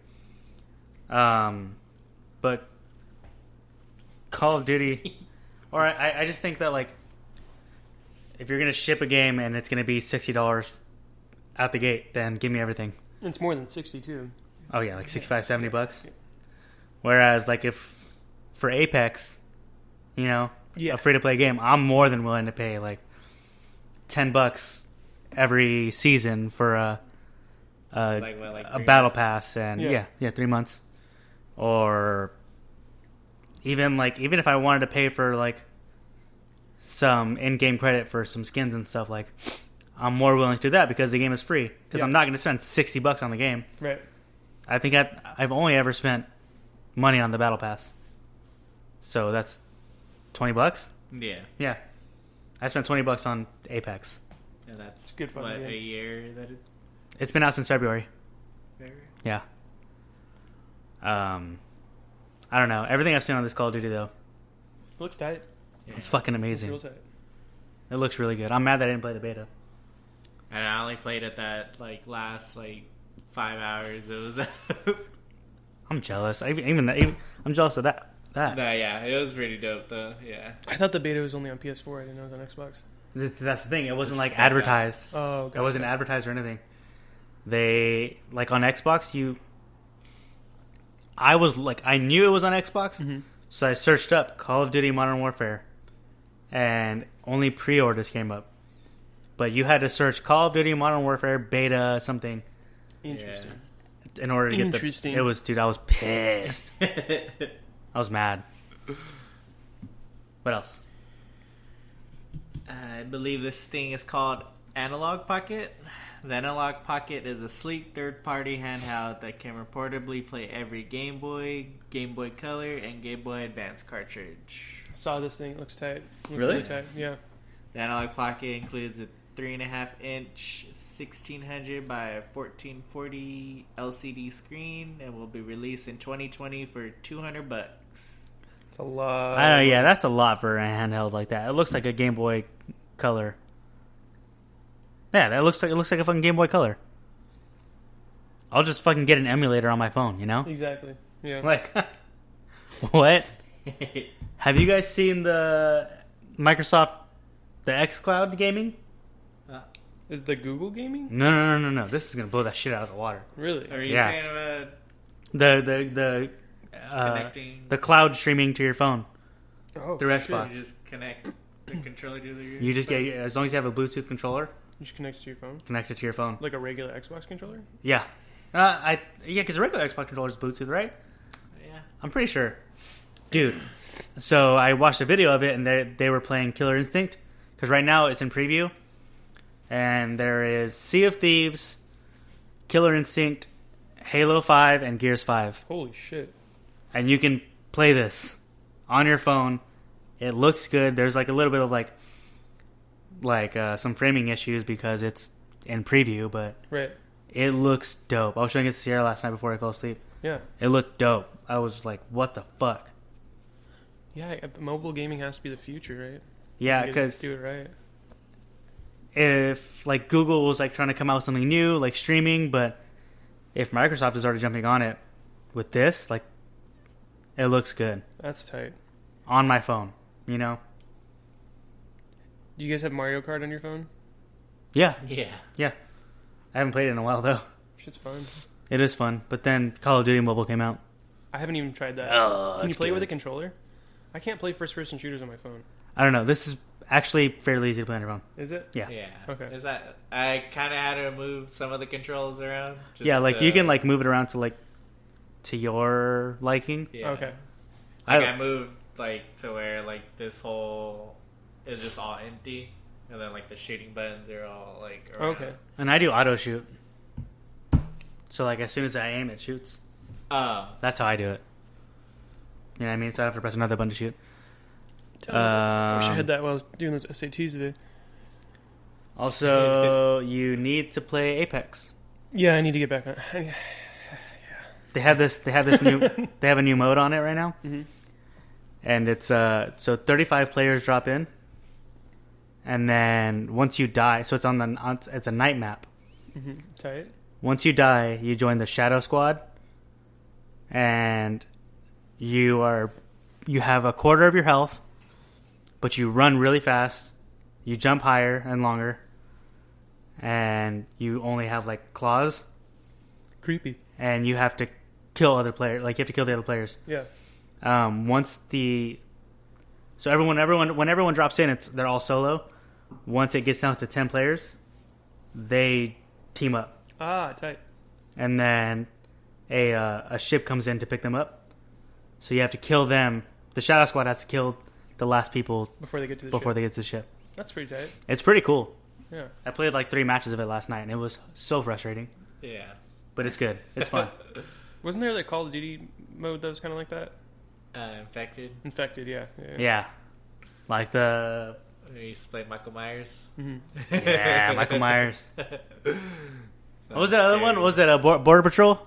A: Um, but Call of Duty, or I, I just think that like if you're gonna ship a game and it's gonna be sixty dollars out the gate, then give me everything.
C: It's more than sixty two.
A: Oh yeah, like 65, 70 bucks. Whereas like if for Apex, you know,
C: Yeah.
A: a free to play game, I'm more than willing to pay like ten bucks every season for a a,
B: Like, what, like
A: a
B: three
A: battle pass and
C: Yeah.
A: yeah, yeah, three months. Or even like even if I wanted to pay for like some in-game credit for some skins and stuff like I'm more willing to do that because the game is free because
C: Yeah.
A: I'm not going to spend 60 bucks on the game.
C: Right.
A: I think I've, I've only ever spent money on the battle pass. So that's 20 bucks?
B: Yeah.
A: Yeah. I spent 20 bucks on Apex.
B: And that's
C: good fun,
B: what
C: yeah.
B: a year that it.
A: It's been out since February.
B: February?
A: Yeah. Um, I don't know. Everything I've seen on this Call of Duty though,
C: Looks tight.
A: it's fucking
C: Real
A: amazing.
C: tight.
A: It looks really good. I'm mad that I didn't play the beta.
B: And I only played it that like last like five hours. It was. [LAUGHS] no,
A: I'm jealous. I even, even, that- even I'm jealous of that.
B: [LAUGHS]
A: That
B: yeah, it was pretty dope though. Yeah. [LAUGHS]
C: I thought the beta was only on PS4. I didn't know it was on Xbox.
A: Th- that's the thing. It wasn't like
B: Step out.
A: advertised.
C: Oh,
A: It wasn't advertised or anything. They like on Xbox. You, I was like, I knew it was on Xbox, so I searched up Call of Duty Modern Warfare, and only pre-orders came up. But you had to search Call of Duty Modern Warfare beta something
C: Interesting.
A: in order to get
C: Interesting.
A: the. It was dude. I was pissed. I was mad. What else?
B: I believe this thing is called Analog Pocket. The Analog Pocket is a sleek third party handheld that can reportedly play every Game Boy, Game Boy Color, and Game Boy Advance cartridge.
C: Saw this thing. It looks tight. Looks
B: Really?
C: tight. Yeah.
B: The Analog Pocket includes a 3.5 inch 1600 by 1440 LCD screen and will be released in 2020 for 200 bucks.
C: It's a lot.
A: I don't. Yeah, that's a lot for a handheld like that. It looks like a Game Boy Color. Yeah, that looks like it looks like a fucking Game Boy Color. I'll just fucking get an emulator on my phone, you know?
C: Exactly. Yeah.
A: [LAUGHS] Like, [LAUGHS] what? Have you guys seen the Microsoft the XCloud gaming?
C: Is the Google gaming?
A: No, no, no, no, no. This is gonna blow that shit out of the water.
C: Really?
B: Are you
A: Yeah.
B: saying about
A: The the the uh,
B: Connecting.
A: the cloud streaming to your phone
C: Oh,
A: through
C: shit.
A: Xbox.
B: you just connect the controller to the
A: You just get as long as you have a Bluetooth controller,
C: You just connect it to your phone?
A: connect it to your phone.
C: Like a regular Xbox controller?
A: Yeah. Uh, I yeah, because the regular Xbox controller is Bluetooth, right?
B: Yeah.
A: I'm pretty sure, dude. So I watched a video of it, and they they were playing Killer Instinct because right now it's in preview, and there is Sea of Thieves, Killer Instinct, Halo Five, and Gears Five,
C: Holy shit.
A: and you can play this on your phone. It looks good. There's like a little bit of like like uh, some framing issues because it's in preview, but
C: Right.
A: it looks dope. I was showing it to Sierra last night before I fell asleep.
C: Yeah.
A: It looked dope. I was just like, what the fuck?
C: Yeah, I- mobile gaming has to be the future, right?
A: Yeah,
C: You guys
A: because
C: do it right.
A: if like Google was like trying to come out with something new, like streaming, but if Microsoft is already jumping on it with this, like it looks good
C: That's tight.
A: on my phone, you know?
C: Do you guys have Mario Kart on your phone?
A: Yeah,
B: Yeah.
A: yeah. I haven't played it in a while though.
C: Shit's fun.
A: It is fun, but then Call of Duty Mobile came out.
C: I haven't even tried that. Can you play with a controller? I can't play first person shooters on my phone.
A: I don't know. This is actually fairly easy to play on your phone.
C: Is it?
A: Yeah.
B: Yeah.
C: Okay.
B: Is that I kind of had to move some of the controls around. just
A: yeah, like you
B: to-
A: can like move it around to like to your liking.
B: Yeah.
C: Okay.
B: Like I, moved like to where like this whole is just all empty, and then like the shooting buttons are all like around.
C: Okay.
A: And I do auto shoot. So like as soon as I aim, it shoots.
B: Oh,
A: That's how I do it. You know what I mean? So I have to press another button to shoot.
C: Oh, I wish I
A: Um,
C: had that while I was doing those SATs today.
A: Also, you need to play Apex.
C: Yeah, I need to get back on. [LAUGHS] I-
A: They have this. They have this
C: [LAUGHS]
A: new. they have a new mode on it right now,
C: Mm-hmm.
A: and it's uh. So thirty-five players drop in, and then once you die, so it's on the on, it's a night map.
C: Tight.
A: Once you die, you join the Shadow Squad, and you are you have a quarter of your health, but you run really fast, you jump higher and longer, and you only have like claws,
C: Creepy.
A: and you have to kill other players. Like you have to kill the other players.
C: Yeah.
A: Um, once the so everyone everyone when everyone drops in, it's they're all solo. Once it gets down to ten players, they team up
C: Ah, tight.
A: and then a uh, a ship comes in to pick them up. So you have to kill them. The Shadow Squad has to kill the last people
C: Before they get to the
A: before
C: ship.
A: they get to the ship.
C: That's pretty tight.
A: It's pretty cool.
C: Yeah.
A: I played like three matches of it last night, and it was so frustrating.
B: yeah.
A: But it's good. It's
C: [LAUGHS]
A: fun.
C: Wasn't there like Call of Duty mode that was kind of like that?
B: Uh, infected.
C: Infected, yeah. Yeah.
A: yeah, like the
B: He used to play Michael Myers.
C: Mm-hmm.
A: Yeah, Michael
C: [LAUGHS]
A: Myers. What was that other one? What was that a Border Patrol?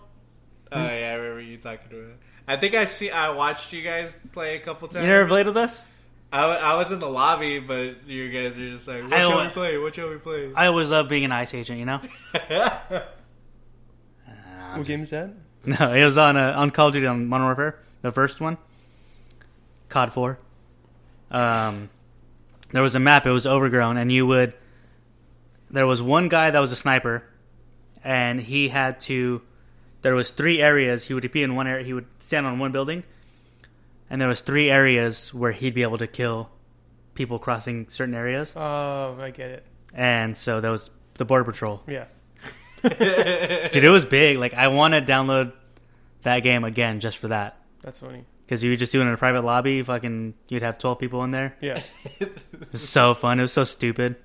B: Oh yeah, I remember you talking to it. I think I see. I watched you guys play a couple times.
A: You
C: Uh,
A: never played with us?
B: I, wa- I was in the lobby, but you guys are just like, "What
A: I
B: shall
A: wa-
B: we play? What shall we play?"
A: I always love being an ICE agent, you know?
C: What game is that?
A: No, [LAUGHS] it was on uh, on Call of Duty on Modern Warfare, the first one, COD Four. Um, there was a map; it was overgrown, and you would. There was one guy that was a sniper, and he had to. There was three areas he would be in one area. He would stand on one building, and there was three areas where he'd be able to kill people crossing certain areas.
C: Oh, I get it.
A: And so there was the border patrol.
C: Yeah.
A: Dude, it was big. Like I want to download that game again just for that.
C: That's funny.
A: Because you were just doing it in a private lobby, fucking, you'd have 12 people in there.
C: Yeah.
A: It was so fun. It was so stupid.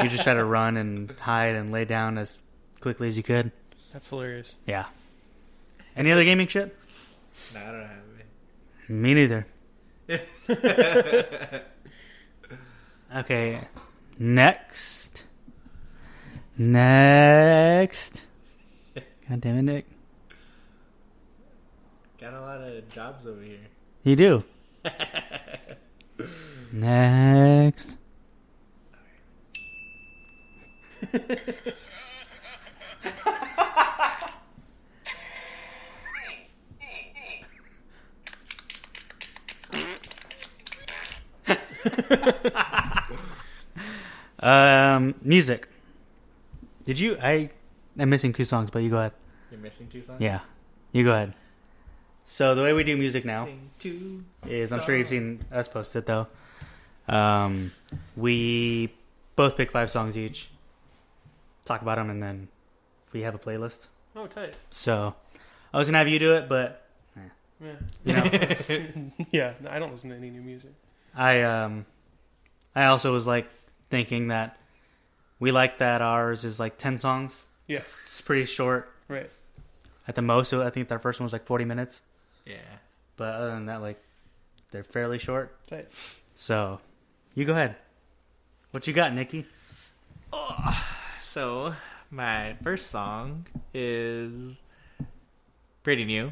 A: You just try to run and hide and lay down as quickly as you could.
C: That's hilarious.
A: Yeah. Any other gaming shit?
B: no, I don't have it.
A: Me neither. okay. Next. Next. God damn it, Nick.
B: Got a lot of jobs over here.
A: You [LAUGHS] do. Next. um, music. Did you? I am missing two songs, but you go ahead.
B: You're missing two songs.
A: Yeah, you go ahead. So the way we do music now
B: Missing two
A: is I'm sure you've
B: songs.
A: seen us post it though. Um, we both pick five songs each, talk about them, and then we have a playlist.
C: [LAUGHS] Oh, tight.
A: So I was gonna have you do it, but
C: Yeah.
A: you know,
C: [LAUGHS] Yeah. no, I don't listen to any new music.
A: I um, I also was like thinking that we like that ours is like ten songs.
C: Yeah.
A: It's pretty short
C: Right.
A: at the most. So I think their first one was like 40 minutes,
B: Yeah.
A: but other than that, like they're fairly short.
C: Tight.
A: So you go ahead. What you got, Nikki?
B: So my first song is pretty new.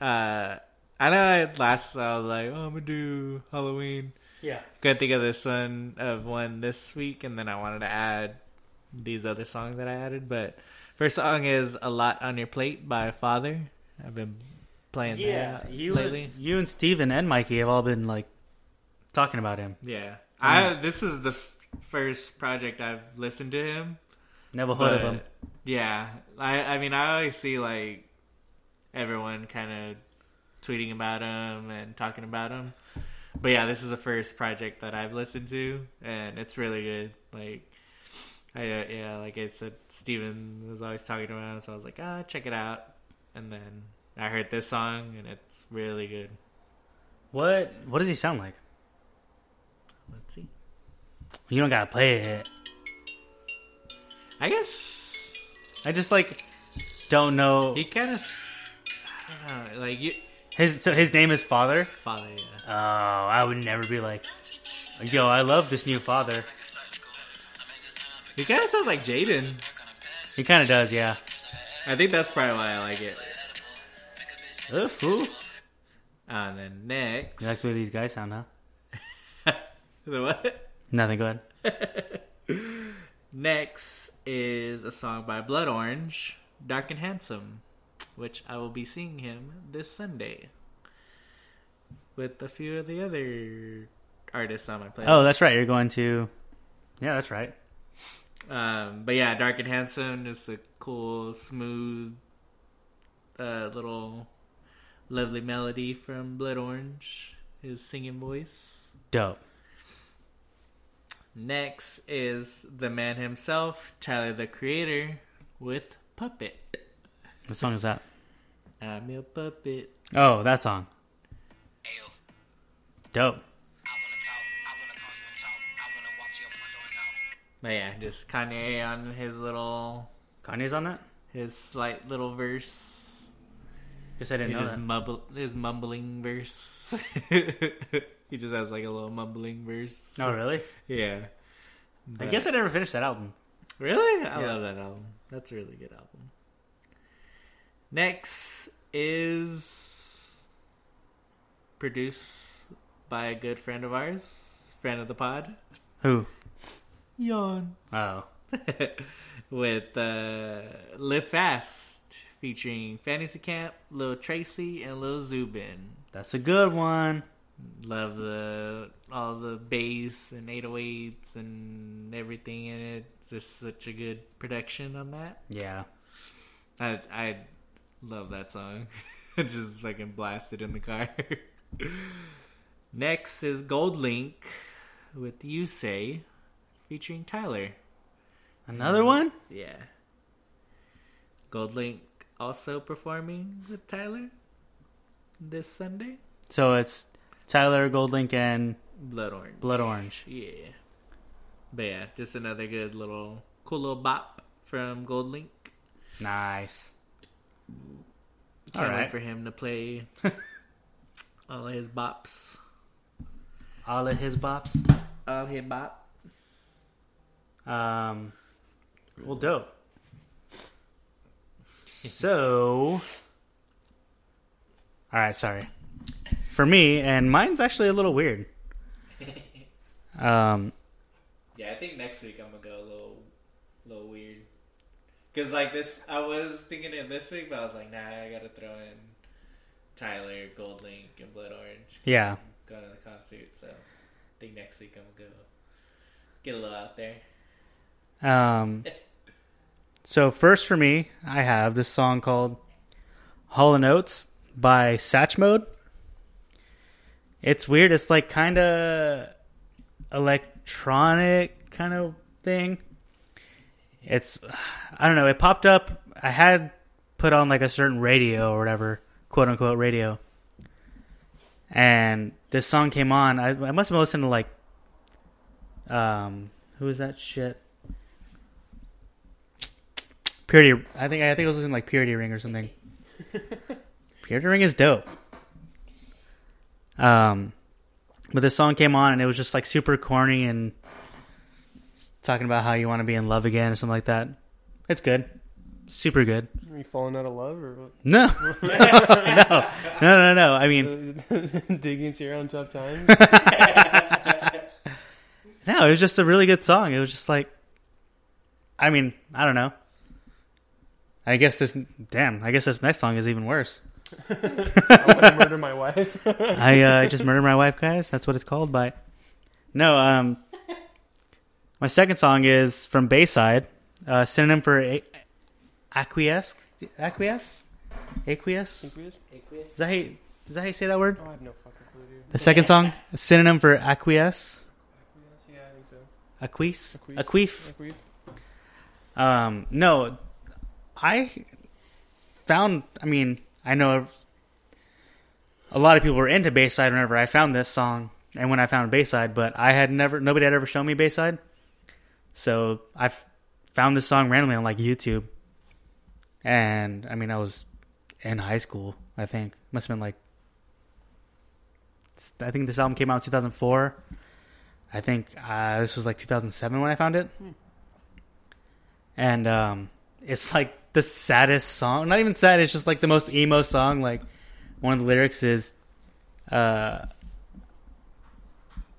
B: Uh, I know I last I was like, oh, I'm gonna do Halloween.
A: Yeah.
B: Couldn't think of this one of one this week, and then I wanted to add these other songs that I added. But first song is "A Lot on Your Plate" by Father. I've been playing
A: Yeah,
B: that
A: you
B: lately.
A: And, you and Steven and Mikey have all been like talking about him.
B: Yeah, I this is the f- first project I've listened to him.
A: Never heard
B: But,
A: of him.
B: Yeah, I I mean I always see like everyone kind of tweeting about him and talking about him, but yeah, this is the first project that I've listened to, and it's really good. Like, I uh, yeah, like I said, Steven was always talking about him, so I was like, ah, check it out, and then I heard this song, and it's really good.
A: What What does he sound like?
B: Let's see.
A: You don't gotta play it.
B: I guess
A: I just like don't know
B: he kind of, I don't know, like you,
A: his. So his name is Father.
B: father. Yeah.
A: Oh, I would never be like, yo, I love this new Father.
B: He kind of sounds like Jaden.
A: He kind of does, yeah.
B: I think that's probably why I like it.
A: Ugh, fool.
B: And Uh, then next,
A: You like the way these guys sound, huh?
B: the what?
A: Nothing. Go ahead.
B: Next is a song by Blood Orange, "Dark and Handsome," which I will be seeing him this Sunday with a few of the other artists on my playlist.
A: Oh, that's right. You're going to. Yeah, that's right.
B: Um, but yeah, Dark and Handsome, just a cool, smooth, uh, little, lovely melody from Blood Orange, his singing voice.
A: Dope.
B: Next is the man himself, Tyler the Creator, with Puppet.
A: What song is that?
B: I'm your puppet.
A: Oh, that song. Dope.
B: But yeah, just Kanye on his little,
A: Kanye's on that.
B: his slight little verse,
A: Guess I didn't know
B: his
A: that. Oh,
B: mumble, his mumbling verse. [LAUGHS] He just has like a little mumbling verse.
A: Oh, really?
B: Yeah.
A: I guess I never finished that album.
B: Really? I
A: Yeah.
B: love that album. That's a really good album. Next is produced by a good friend of ours, friend of the pod,
A: Who?
B: Yawn,
A: Oh.
B: with uh, Live Fast featuring Fantasy Camp, Lil Tracy, and Lil Zubin.
A: That's a good one.
B: Love the all the bass and 808s and everything in it. Just such a good production on that.
A: Yeah.
B: I I love that song. [LAUGHS] Just fucking blast it in the car. [LAUGHS] Next is Gold Link with You Say featuring Tyler.
A: Another one?
B: Yeah. Gold Link also performing with Tyler this Sunday.
A: So it's Tyler Goldlink and
B: Blood Orange.
A: Blood Orange.
B: Yeah. But yeah, just another good little cool little bop from Gold Link.
A: Nice.
B: Can't
A: All right.
B: wait for him to [LAUGHS] play all his bops.
A: All of his bops.
B: All his bop.
A: Um, well, dope. so, all right, sorry. For me, and mine's actually a little weird. Um,
B: Yeah, I think next week I'm gonna go a little, little weird. Cause like this, I was thinking it this week, but I was like, nah, I gotta throw in Tyler, Gold Link, and Blood Orange.
A: yeah,
B: Go to the concert, so I think next week I'm gonna go get a little out there.
A: Um, so first for me, I have this song called "Hall and Oates" by Satch Mode. It's weird. It's like kind of electronic kind of thing. It's I don't know. It popped up. I had put on like a certain radio or whatever, quote unquote radio, and this song came on. I, I must have listened to like um who was that shit? Purity. I think I think I was listening to like Purity Ring or something. Purity Ring is dope. Um, but this song came on and it was just like super corny and talking about how you want to be in love again or something like that. It's good, super good.
C: Are you falling out of love or [LAUGHS] what?
A: No, [LAUGHS] no, no, no, no. I mean,
C: digging into your own tough [LAUGHS] times?
A: No, it was just a really good song. It was just like, I mean, I don't know. I guess this, damn, I guess this next song is even worse.
C: I want to murder my [LAUGHS] wife.
A: I uh, just murdered my wife, guys. That's what it's called. By no, um, my second song is from Bayside. Uh, synonym for a- acquiesce, acquiesce, acquiesce. Is that how you, is that how you say that word?
C: Oh, I have no fucking clue, dude.
A: The second song, synonym for acquiesce,
C: Yeah, I think so.
A: acquiesce,
C: Acquiesce.
A: acquief.
C: Like we've
A: Um, no, I found. I mean, I know a lot of people were into Bayside whenever I found this song, and when I found Bayside, but I had never. Nobody had ever shown me Bayside, so I f- found this song randomly on like YouTube, and I mean, I was in high school. I think must have been like. I think this album came out in 2004. I think uh, this was like 2007 when I found it and um, it's like the saddest song. Not even sad. It's just like the most emo song. Like one of the lyrics is, uh,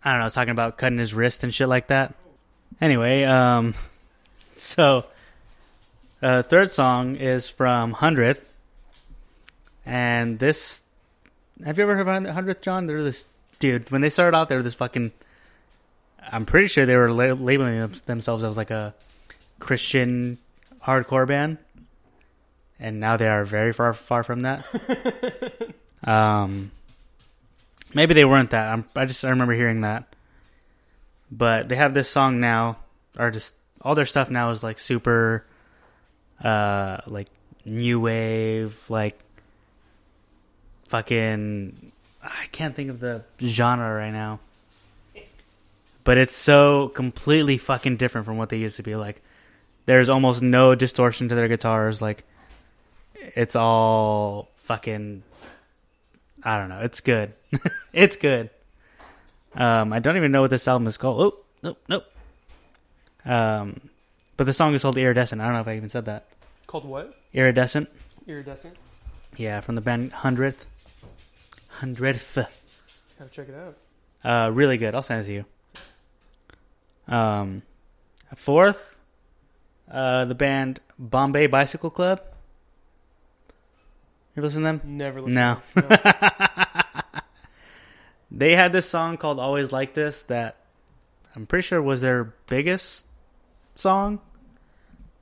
A: I don't know, talking about cutting his wrist and shit like that. Anyway, um, [LAUGHS] so uh, third song is from Hundredth, and this. Have you ever heard of Hundredth John? They're this dude. When they started out, they were this fucking. I'm pretty sure they were la- labeling them- themselves as like a Christian hardcore band, and now they are very far far from that. um, maybe they weren't that. I'm, I just I remember hearing that, but they have this song now, or just all their stuff now is like super, uh, like new wave, like fucking. I can't think of the genre right now. But it's so completely fucking different from what they used to be. Like, there's almost no distortion to their guitars like it's [LAUGHS] all fucking i don't know it's good it's good Um, I don't even know what this album is called. Oh, nope, nope. Um, but the song is called Iridescent. I don't know if I even said that.
C: Called what?
A: Iridescent.
C: Iridescent.
A: Yeah, from the band Hundredth. Hundredth.
C: Gotta check it out.
A: Uh, really good. I'll send it to you. Um, fourth, uh, the band Bombay Bicycle Club. You listen to them?
C: Never listened.
A: No.
C: To [LAUGHS] it. No.
A: They had this song called "Always Like This" that I'm pretty sure was their biggest song.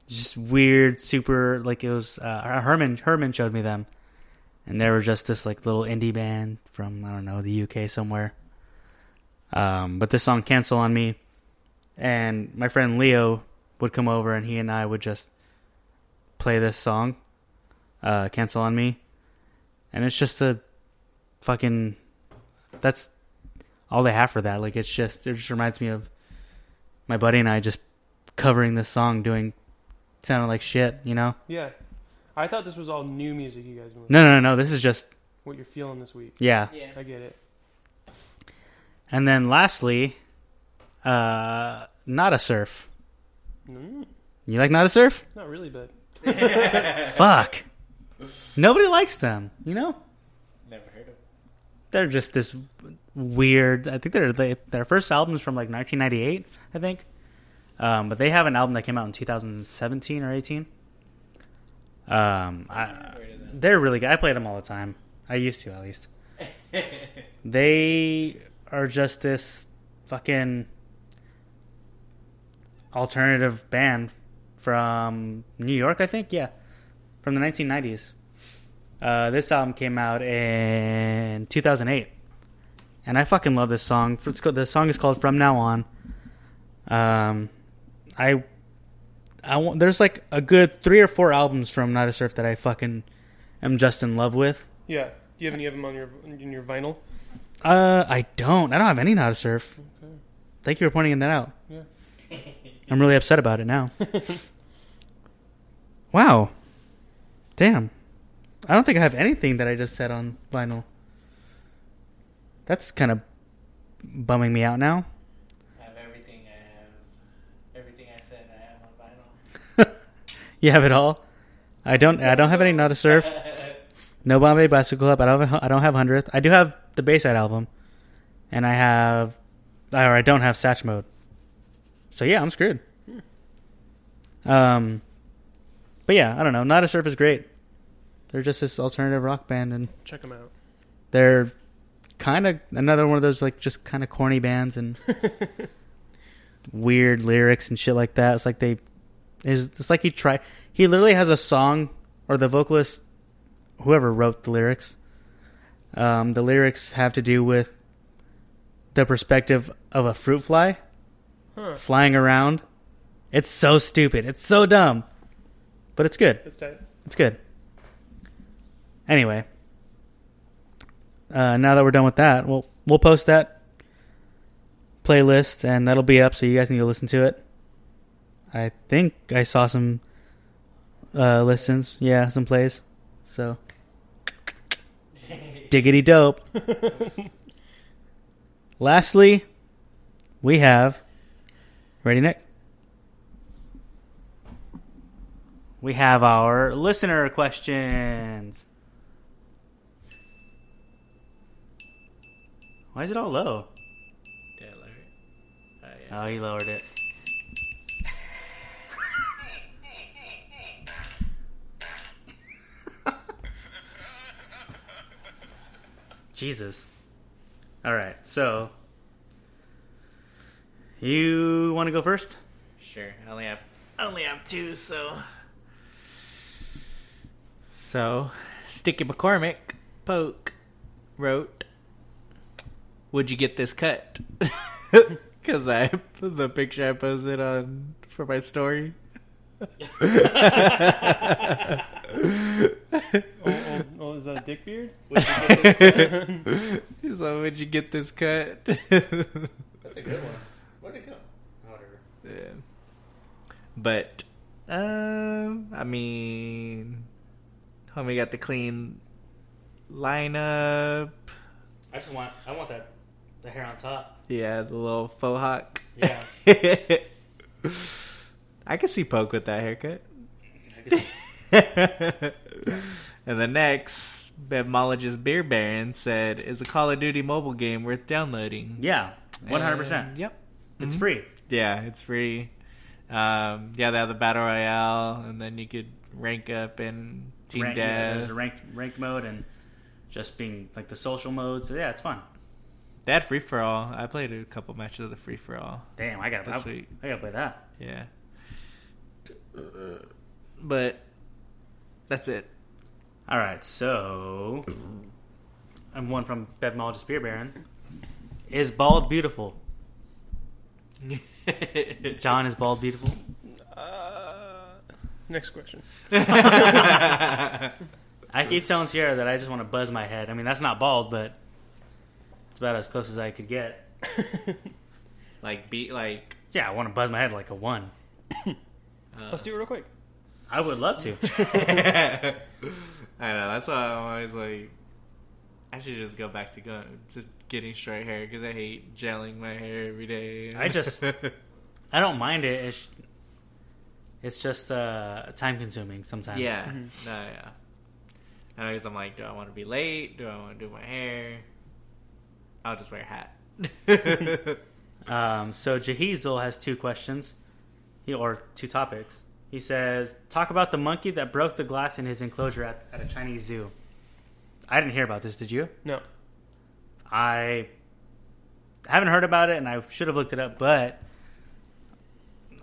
A: Just weird, super like it was. Uh, Herman Herman showed me them, and they were just this like little indie band from I don't know the UK somewhere. Um, but this song "Cancel on Me," and my friend Leo would come over, and he and I would just play this song, uh, "Cancel on Me," and it's just a fucking that's all they have for that. Like it's just it just reminds me of my buddy and I just covering this song, doing sounded like shit, you know?
C: yeah. I thought this was all new music you guys were
A: No, no, no, no. This is just
C: what you're feeling this week.
A: yeah.
C: I get it.
A: And then lastly, uh, not a surf. You like not a surf?
C: Not really, but
A: Fuck. Nobody likes them, you know.
B: Never heard of it.
A: They're just this weird. I think they're they, their first album is from like 1998, I think. Um, but they have an album that came out in 2017 or 18. Um, I, they're really good. I play them all the time. I used to, at least. they are just this fucking alternative band from New York, I think. Yeah, from the 1990s. Uh, this album came out in 2008, and I fucking love this song. It's called, the song is called "From Now On." Um, I, I want, there's like a good three or four albums from Not a Surf that I fucking am just in love with.
C: yeah. Do you have any of them on your in your vinyl?
A: Uh, I don't. I don't have any Not a Surf. Thank you for pointing that out.
C: Yeah.
A: I'm really upset about it now. wow. Damn. I don't think I have anything that I just said on vinyl. That's kind of bumming me out now.
B: I have everything I have. Everything I said I have on vinyl.
A: [LAUGHS] You have it all. I don't. I don't have any not a surf. No Bombay Bicycle Club. I don't. Have, I don't have hundredth. I do have the Bayside album, and I have, or I don't have Satch Mode. So yeah, I'm screwed. Um, but yeah, I don't know. Not a surf is great. They're just this alternative rock band, and
C: Check them out.
A: they're kind of another one of those like just kind of corny bands and weird lyrics and shit like that. It's like they is it's like he tried. He literally has a song or the vocalist, whoever wrote the lyrics. Um, the lyrics have to do with the perspective of a fruit fly
C: Huh.
A: flying around. It's so stupid. It's so dumb, but it's good.
C: That's tight.
A: It's good. Anyway, uh, now that we're done with that, we'll we'll post that playlist and that'll be up, so you guys need to listen to it. I think I saw some uh, listens, yeah, some plays. So diggity dope. Lastly, we have ready, Nick. We have our listener questions. Why is it all low?
B: Did I lower it? Oh, yeah.
A: Oh, he lowered it. Jesus. All right, so you want to go first?
B: Sure. I only have I only have two, so So Sticky McCormick Poke wrote Would you get this cut? [LAUGHS] Cause I the picture I posted on for my story.
C: Oh, oh, oh, is that a dick beard?
B: [LAUGHS] So would you get this cut? [LAUGHS]
A: That's a good one. Where'd it go? Whatever.
B: Yeah. But um I mean homie got the clean lineup.
A: I just want I want that the hair on top.
B: Yeah, the little faux hawk.
A: Yeah.
B: [LAUGHS] I could see Poke with that haircut.
A: could-
B: [LAUGHS] and the next, Bevmologist Beer Baron said, Is a Call of Duty mobile game worth downloading?
A: Yeah. One hundred
B: And,
A: percent.
B: Yep.
A: It's free.
B: Yeah, it's free. Um, yeah, they have the Battle Royale, and then you could rank up and Team
A: Rank, yeah,
B: Death.
A: there's a ranked rank mode and just being like the social mode. So yeah, it's fun.
B: They had Free For All. I played a couple matches of the Free For All.
A: Damn, I gotta I,
B: That's sweet.
A: I gotta play that.
B: Yeah. But that's it.
A: All right, so I'm one from Bevmologist Beer Baron. Is bald beautiful? John is bald beautiful.
C: Uh, Next [LAUGHS] question.
A: I keep telling Sierra that I just want to buzz my head. I mean, that's not bald, but it's about as close as I could get.
B: [LAUGHS] Like beat like [LAUGHS]
A: Yeah, I want to buzz my head like a one.
C: Let's do it real quick.
A: I would love to.
B: I know that's why I'm always like I should just go back to go to getting straight hair because I hate gelling my hair every day.
A: I
B: [LAUGHS]
A: just- I don't mind it. It's, it's just uh, time consuming sometimes.
B: yeah no
A: Mm-hmm.
B: yeah. I know because I'm like, do I want to be late? Do I want to do my hair? I'll just wear a hat. [LAUGHS]
A: Um, so Jahizel has two questions, he, or two topics. He says, "Talk about the monkey that broke the glass in his enclosure at, at a Chinese zoo." I didn't hear about this. Did you?
C: No.
A: I haven't heard about it, and I should have looked it up. But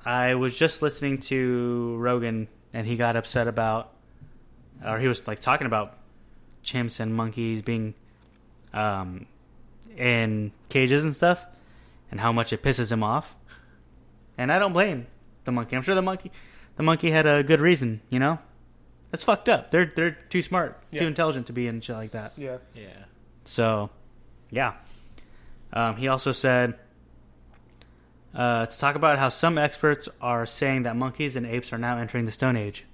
A: I was just listening to Rogan, and he got upset about, or he was like talking about chimps and monkeys being um, in cages and stuff, and how much it pisses him off. And I don't blame the monkey. I'm sure the monkey, the monkey had a good reason. You know, it's fucked up. They're they're too smart,
C: Yeah.
A: too intelligent to be in shit like that.
C: Yeah.
B: yeah.
A: So, yeah. Um, he also said uh, to talk about how some experts are saying that monkeys and apes are now entering the Stone Age.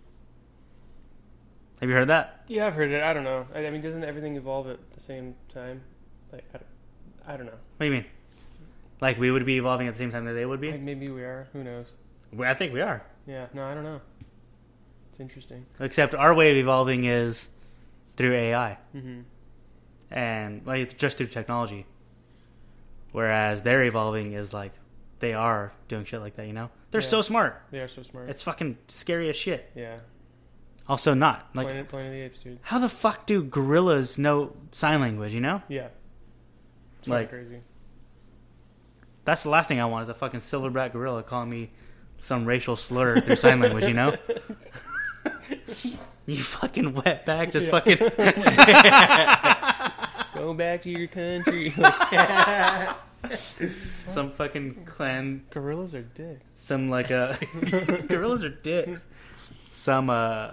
A: Have you heard that?
C: Yeah, I've heard it. I don't know. I, I mean, doesn't everything evolve at the same time? Like, I don't, I don't know.
A: What do you mean? Like we would be evolving at the same time that they would
C: Like,
A: be?
C: maybe we are. Who knows?
A: Well, I think we are.
C: Yeah. No, I don't know. It's interesting.
A: Except our way of evolving is through AI
C: Mm-hmm.
A: and like just through technology. Whereas their evolving is like they are doing shit like that, you know? They're
C: Yeah.
A: so smart.
C: They are so smart.
A: It's fucking scary as shit.
C: yeah.
A: Also not. Like
C: Planet, Planet of the Apes, dude.
A: how the fuck do gorillas know sign language? You know,
C: Yeah. It's
A: Like-
C: like crazy.
A: that's the last thing I want is a fucking silverback gorilla calling me some racial slur through sign language. You
C: [LAUGHS]
A: know, you fucking wetback, just fucking
C: Go back to your country. [LAUGHS]
A: some fucking clan,
C: Gorillas are dicks.
A: some like a [LAUGHS] gorillas are dicks. Some uh,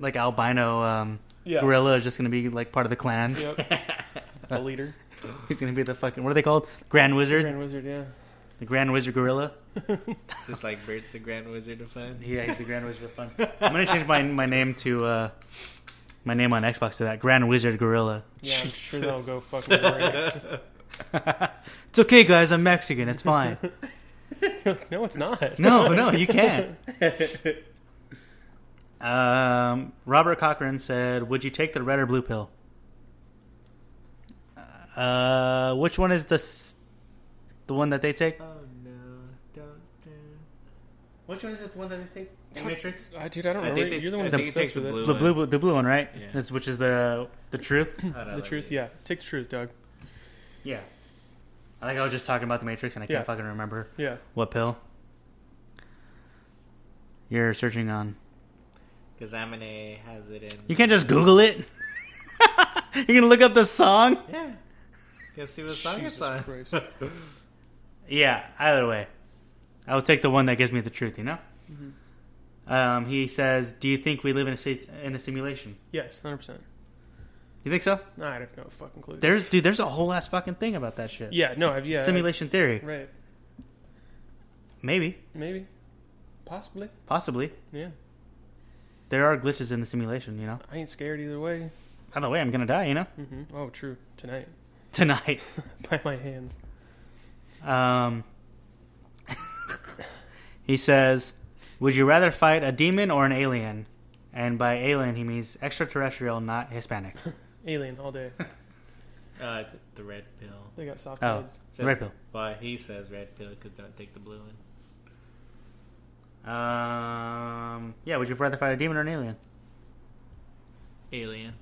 A: like albino um,
C: Yeah.
A: gorilla is just gonna be like part of the clan.
C: Yep. A leader.
A: He's gonna be the fucking what are they called? Grand Wizard,
C: Grand Wizard, yeah.
A: the Grand Wizard gorilla.
B: Just like Bert's the Grand Wizard of Fun.
A: Yeah, he's the Grand Wizard of Fun. I'm gonna change my my name to uh, my name on Xbox to that Grand Wizard Gorilla.
C: Yeah, I'm sure they'll go fucking great.
A: It's okay, guys. I'm Mexican. It's fine.
C: No, it's
A: [LAUGHS]
C: not.
A: No, no, you can't. Um, Robert Cochran said, "Would you take the red or blue pill?" Uh, which one is the s- the one that they take?
B: Oh no, don't do.
A: Which one is it? The one that they take? [LAUGHS] Matrix.
C: I, Ah, dude, I don't
B: I
C: remember.
B: think they-
C: You're the
B: I
C: one
B: think it
C: that's
B: takes
C: obsessed
B: the
C: with it.
B: blue.
A: The blue, the blue one, right?
B: Yeah.
A: This- Which is the the truth?
C: The truth, yeah. Take the truth, Doug.
A: [LAUGHS] yeah. I think I was just talking about the Matrix, and I can't
C: Yeah.
A: fucking remember.
C: Yeah.
A: What pill? You're searching on.
B: Because Amine has it in.
A: You can't just Google it. [LAUGHS] You're gonna look up the song.
B: Yeah. Guess see what song
C: Jesus
B: it's on.
C: Christ.
A: Yeah. Either way, I will take the one that gives me the truth. You know.
C: Mm-hmm.
A: Um, he says, "Do you think we live in a si- in a simulation?
C: Yes, 100%.
A: You think so?
C: No, I have no fucking clue.
A: There's dude. There's a whole ass fucking thing about that shit.
C: yeah, no, I've, yeah. I-
A: Simulation theory.
C: right.
A: Maybe.
C: Maybe. Possibly.
A: Possibly.
C: Yeah.
A: There are glitches in the simulation. You know.
C: I ain't scared either way. Mm-hmm.
A: Either [LAUGHS]
C: Mm.
A: way, I'm gonna die. You know.
C: [LAUGHS] hmm Oh, true. Tonight.
A: Tonight.
C: By my hands.
A: Um, he says, "Would you rather fight a demon or an alien?" And by alien, he means extraterrestrial, not Hispanic.
C: Alien all day.
B: Uh, it's the red pill.
C: They got soft
A: Oh,
C: heads.
B: Says-
A: red pill.
B: Well, he says red pill because don't take the blue one.
A: Um, yeah. Would you rather fight a demon or an alien?
B: [LAUGHS] Alien.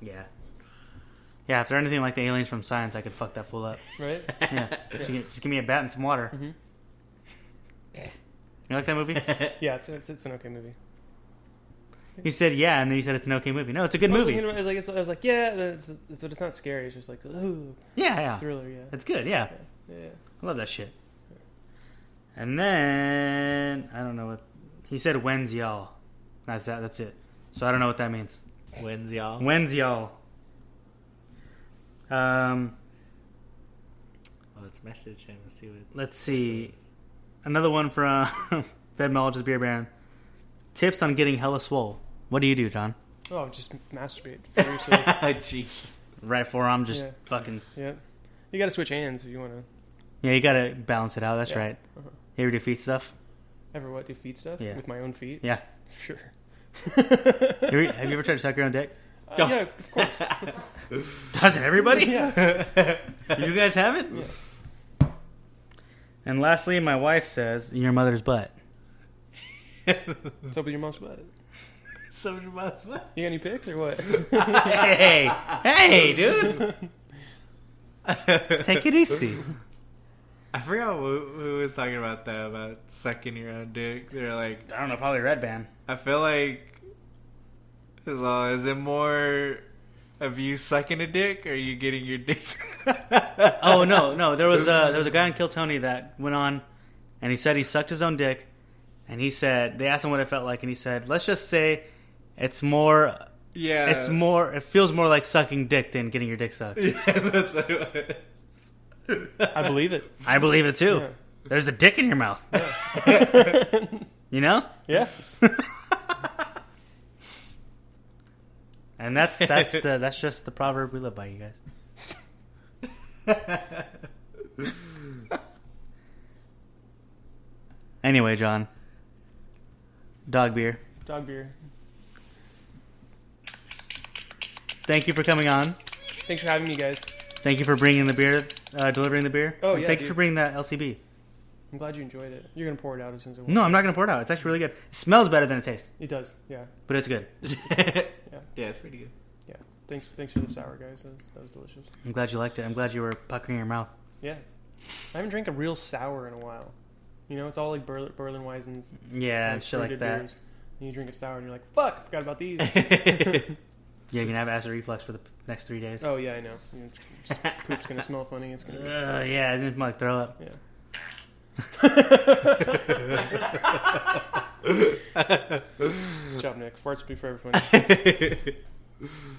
A: Yeah. Yeah. If they're anything like the aliens from Science, I could fuck that fool up. [LAUGHS]
C: right?
A: Yeah.
B: [LAUGHS]
A: Just, gi- just give me a bat and some water. You like that
B: [LAUGHS]
A: movie?
C: Yeah, it's, it's, it's an okay movie.
A: you said yeah, and then you said it's an okay movie. No, it's a good
C: I was
A: movie.
C: thinking about- it's like, it's, I was like, yeah, it's, it's, but it's not scary. It's just like, ooh,
A: Yeah, yeah.
C: thriller, yeah.
A: It's good. Yeah.
C: yeah.
A: I love that shit. And then I don't know what he said. When's y'all? That's that. That's it. So I don't know what that means.
B: Wins y'all.
A: When's y'all? Um,
B: Well, let's message him and see what.
A: let's see. Another one from [LAUGHS] Bedmologist Beer Brand. Tips on getting hella swole. What do you do, John?
C: Oh, just masturbate
A: [LAUGHS]
C: furiously.
B: [LAUGHS] Jesus.
A: Right forearm, just
C: Yeah.
A: fucking.
C: yep. You got to switch hands if you want to.
A: Yeah, you gotta balance it out. That's right. You ever do feet stuff?
C: Ever what do feet stuff
A: Yeah.
C: with my own feet?
A: Yeah.
C: Sure.
A: You ever- have you ever tried to suck your own dick?
C: Uh, yeah, of
A: [LAUGHS]
C: course.
A: Doesn't everybody? you guys have it? And lastly, my wife says, Your mother's butt.
C: What's up with your mom's butt?
B: Somebody must laugh.
C: You got any pics or what?
A: [LAUGHS] Hey, hey, dude.
B: [LAUGHS]
A: Take it easy.
B: I forgot who, who was talking about that about sucking your own dick. They're like,
A: I don't know, probably Red Band.
B: I feel like is, uh, is it more of you sucking a dick or are you getting your dick? [LAUGHS]
A: Oh no, no, there was a, there was a guy in Kill Tony that went on, and he said he sucked his own dick, and he said they asked him what it felt like, and he said, let's just say, it's more,
B: yeah,
A: it's more, it feels more like sucking dick than getting your dick sucked.
B: [LAUGHS] Yeah, [LAUGHS] that's what it
A: [LAUGHS]
B: was.
C: I believe it.
A: I believe it too.
C: Yeah.
A: There's a dick in your mouth. you know?
C: [LAUGHS] Yeah.
A: And that's [LAUGHS] that's the that's just the proverb we live by, you guys. anyway, John. Dog beer.
C: Dog beer.
A: Thank you for coming on.
C: Thanks for having me, guys.
A: Thank you for bringing the beer, uh, delivering the beer.
C: Oh,
A: And
C: yeah,
A: Thank you
C: dude.
A: for bringing that LCB.
C: I'm glad you enjoyed it. You're gonna pour it out as soon as I want.
A: No, I'm not gonna pour it out. It's actually really good. It smells better than it tastes,
C: It does. Yeah.
A: but it's good.
B: yeah, it's pretty good.
C: Yeah. Thanks. Thanks for the sour, guys. That was, that was delicious.
A: I'm glad you liked it. I'm glad you were puckering your mouth.
C: Yeah. I haven't drank a real sour in a while. You know, it's all like Berlin, Berlin Weisens.
A: Yeah,
C: like
A: shit like
C: fruited
A: that.
C: beers. And you drink a sour and you're like, fuck, I forgot
A: [LAUGHS]
C: about these. [LAUGHS]
A: Yeah, you're gonna have acid reflux for the p- next three days.
C: oh, yeah, I know. You know, it's- it's- poop's gonna smell funny. It's gonna be.
A: Ugh, Uh, yeah, it's gonna like throw up.
C: Yeah.
A: [LAUGHS]
C: Good job, Nick. Farts be
A: [LAUGHS]
C: forever funny.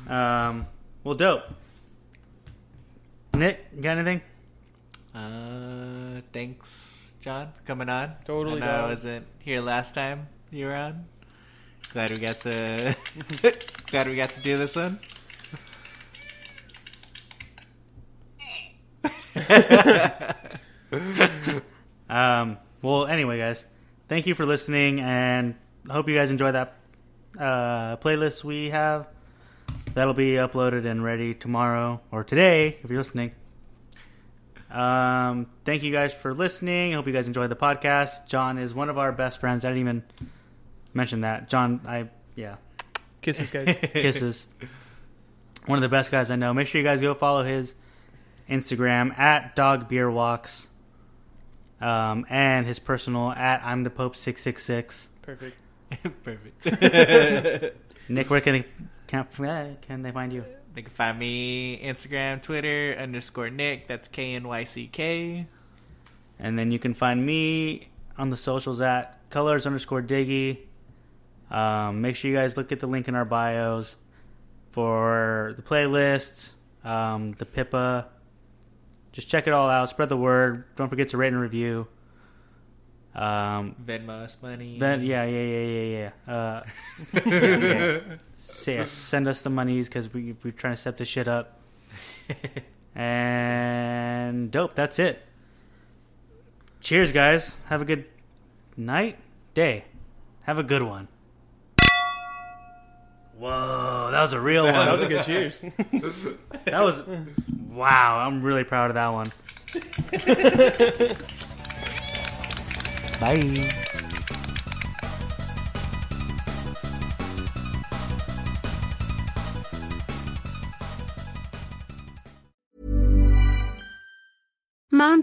A: Um, well, dope. Nick, you got anything?
B: Uh, thanks, John, for coming on.
C: Totally,
B: I know I
C: dog.
B: wasn't here last time you were on. Glad we got
C: [LAUGHS]
B: to. glad we got to do this one. [LAUGHS]
A: Um, well, anyway, guys, thank you for listening, and I hope you guys enjoy that uh, playlist we have. That'll be uploaded and ready tomorrow or today if you're listening. Um, thank you guys for listening. I hope you guys enjoyed the podcast. John is one of our best friends. I didn't even mention that. John, I yeah.
C: Kisses, guys.
A: kisses. One of the best guys I know. Make sure you guys go follow his Instagram at Dog Beer Walks, um, and his personal at I'm the Pope six six six.
C: Perfect. [LAUGHS]
B: Perfect.
A: Nick, where can they can, eh, can they find you?
B: They can find me Instagram, Twitter, underscore Nick. That's K N Y C K.
A: And then you can find me on the socials at colors underscore diggy. Um, make sure you guys look at the link in our bios for the playlist, um, the PIPA. Just check it all out. Spread the word. Don't forget to rate and review. Um,
B: Venmo us money.
A: then yeah, yeah, yeah, yeah, yeah. Uh, say, send us the monies because we we're trying to step this shit up. and dope. That's it. Cheers, guys. Have a good night, day. Have a good one. Whoa, that was a real
C: [LAUGHS] That
A: one.
C: was a good cheers.
A: That was wow. I'm really proud of that one.
B: Bye.
D: Mom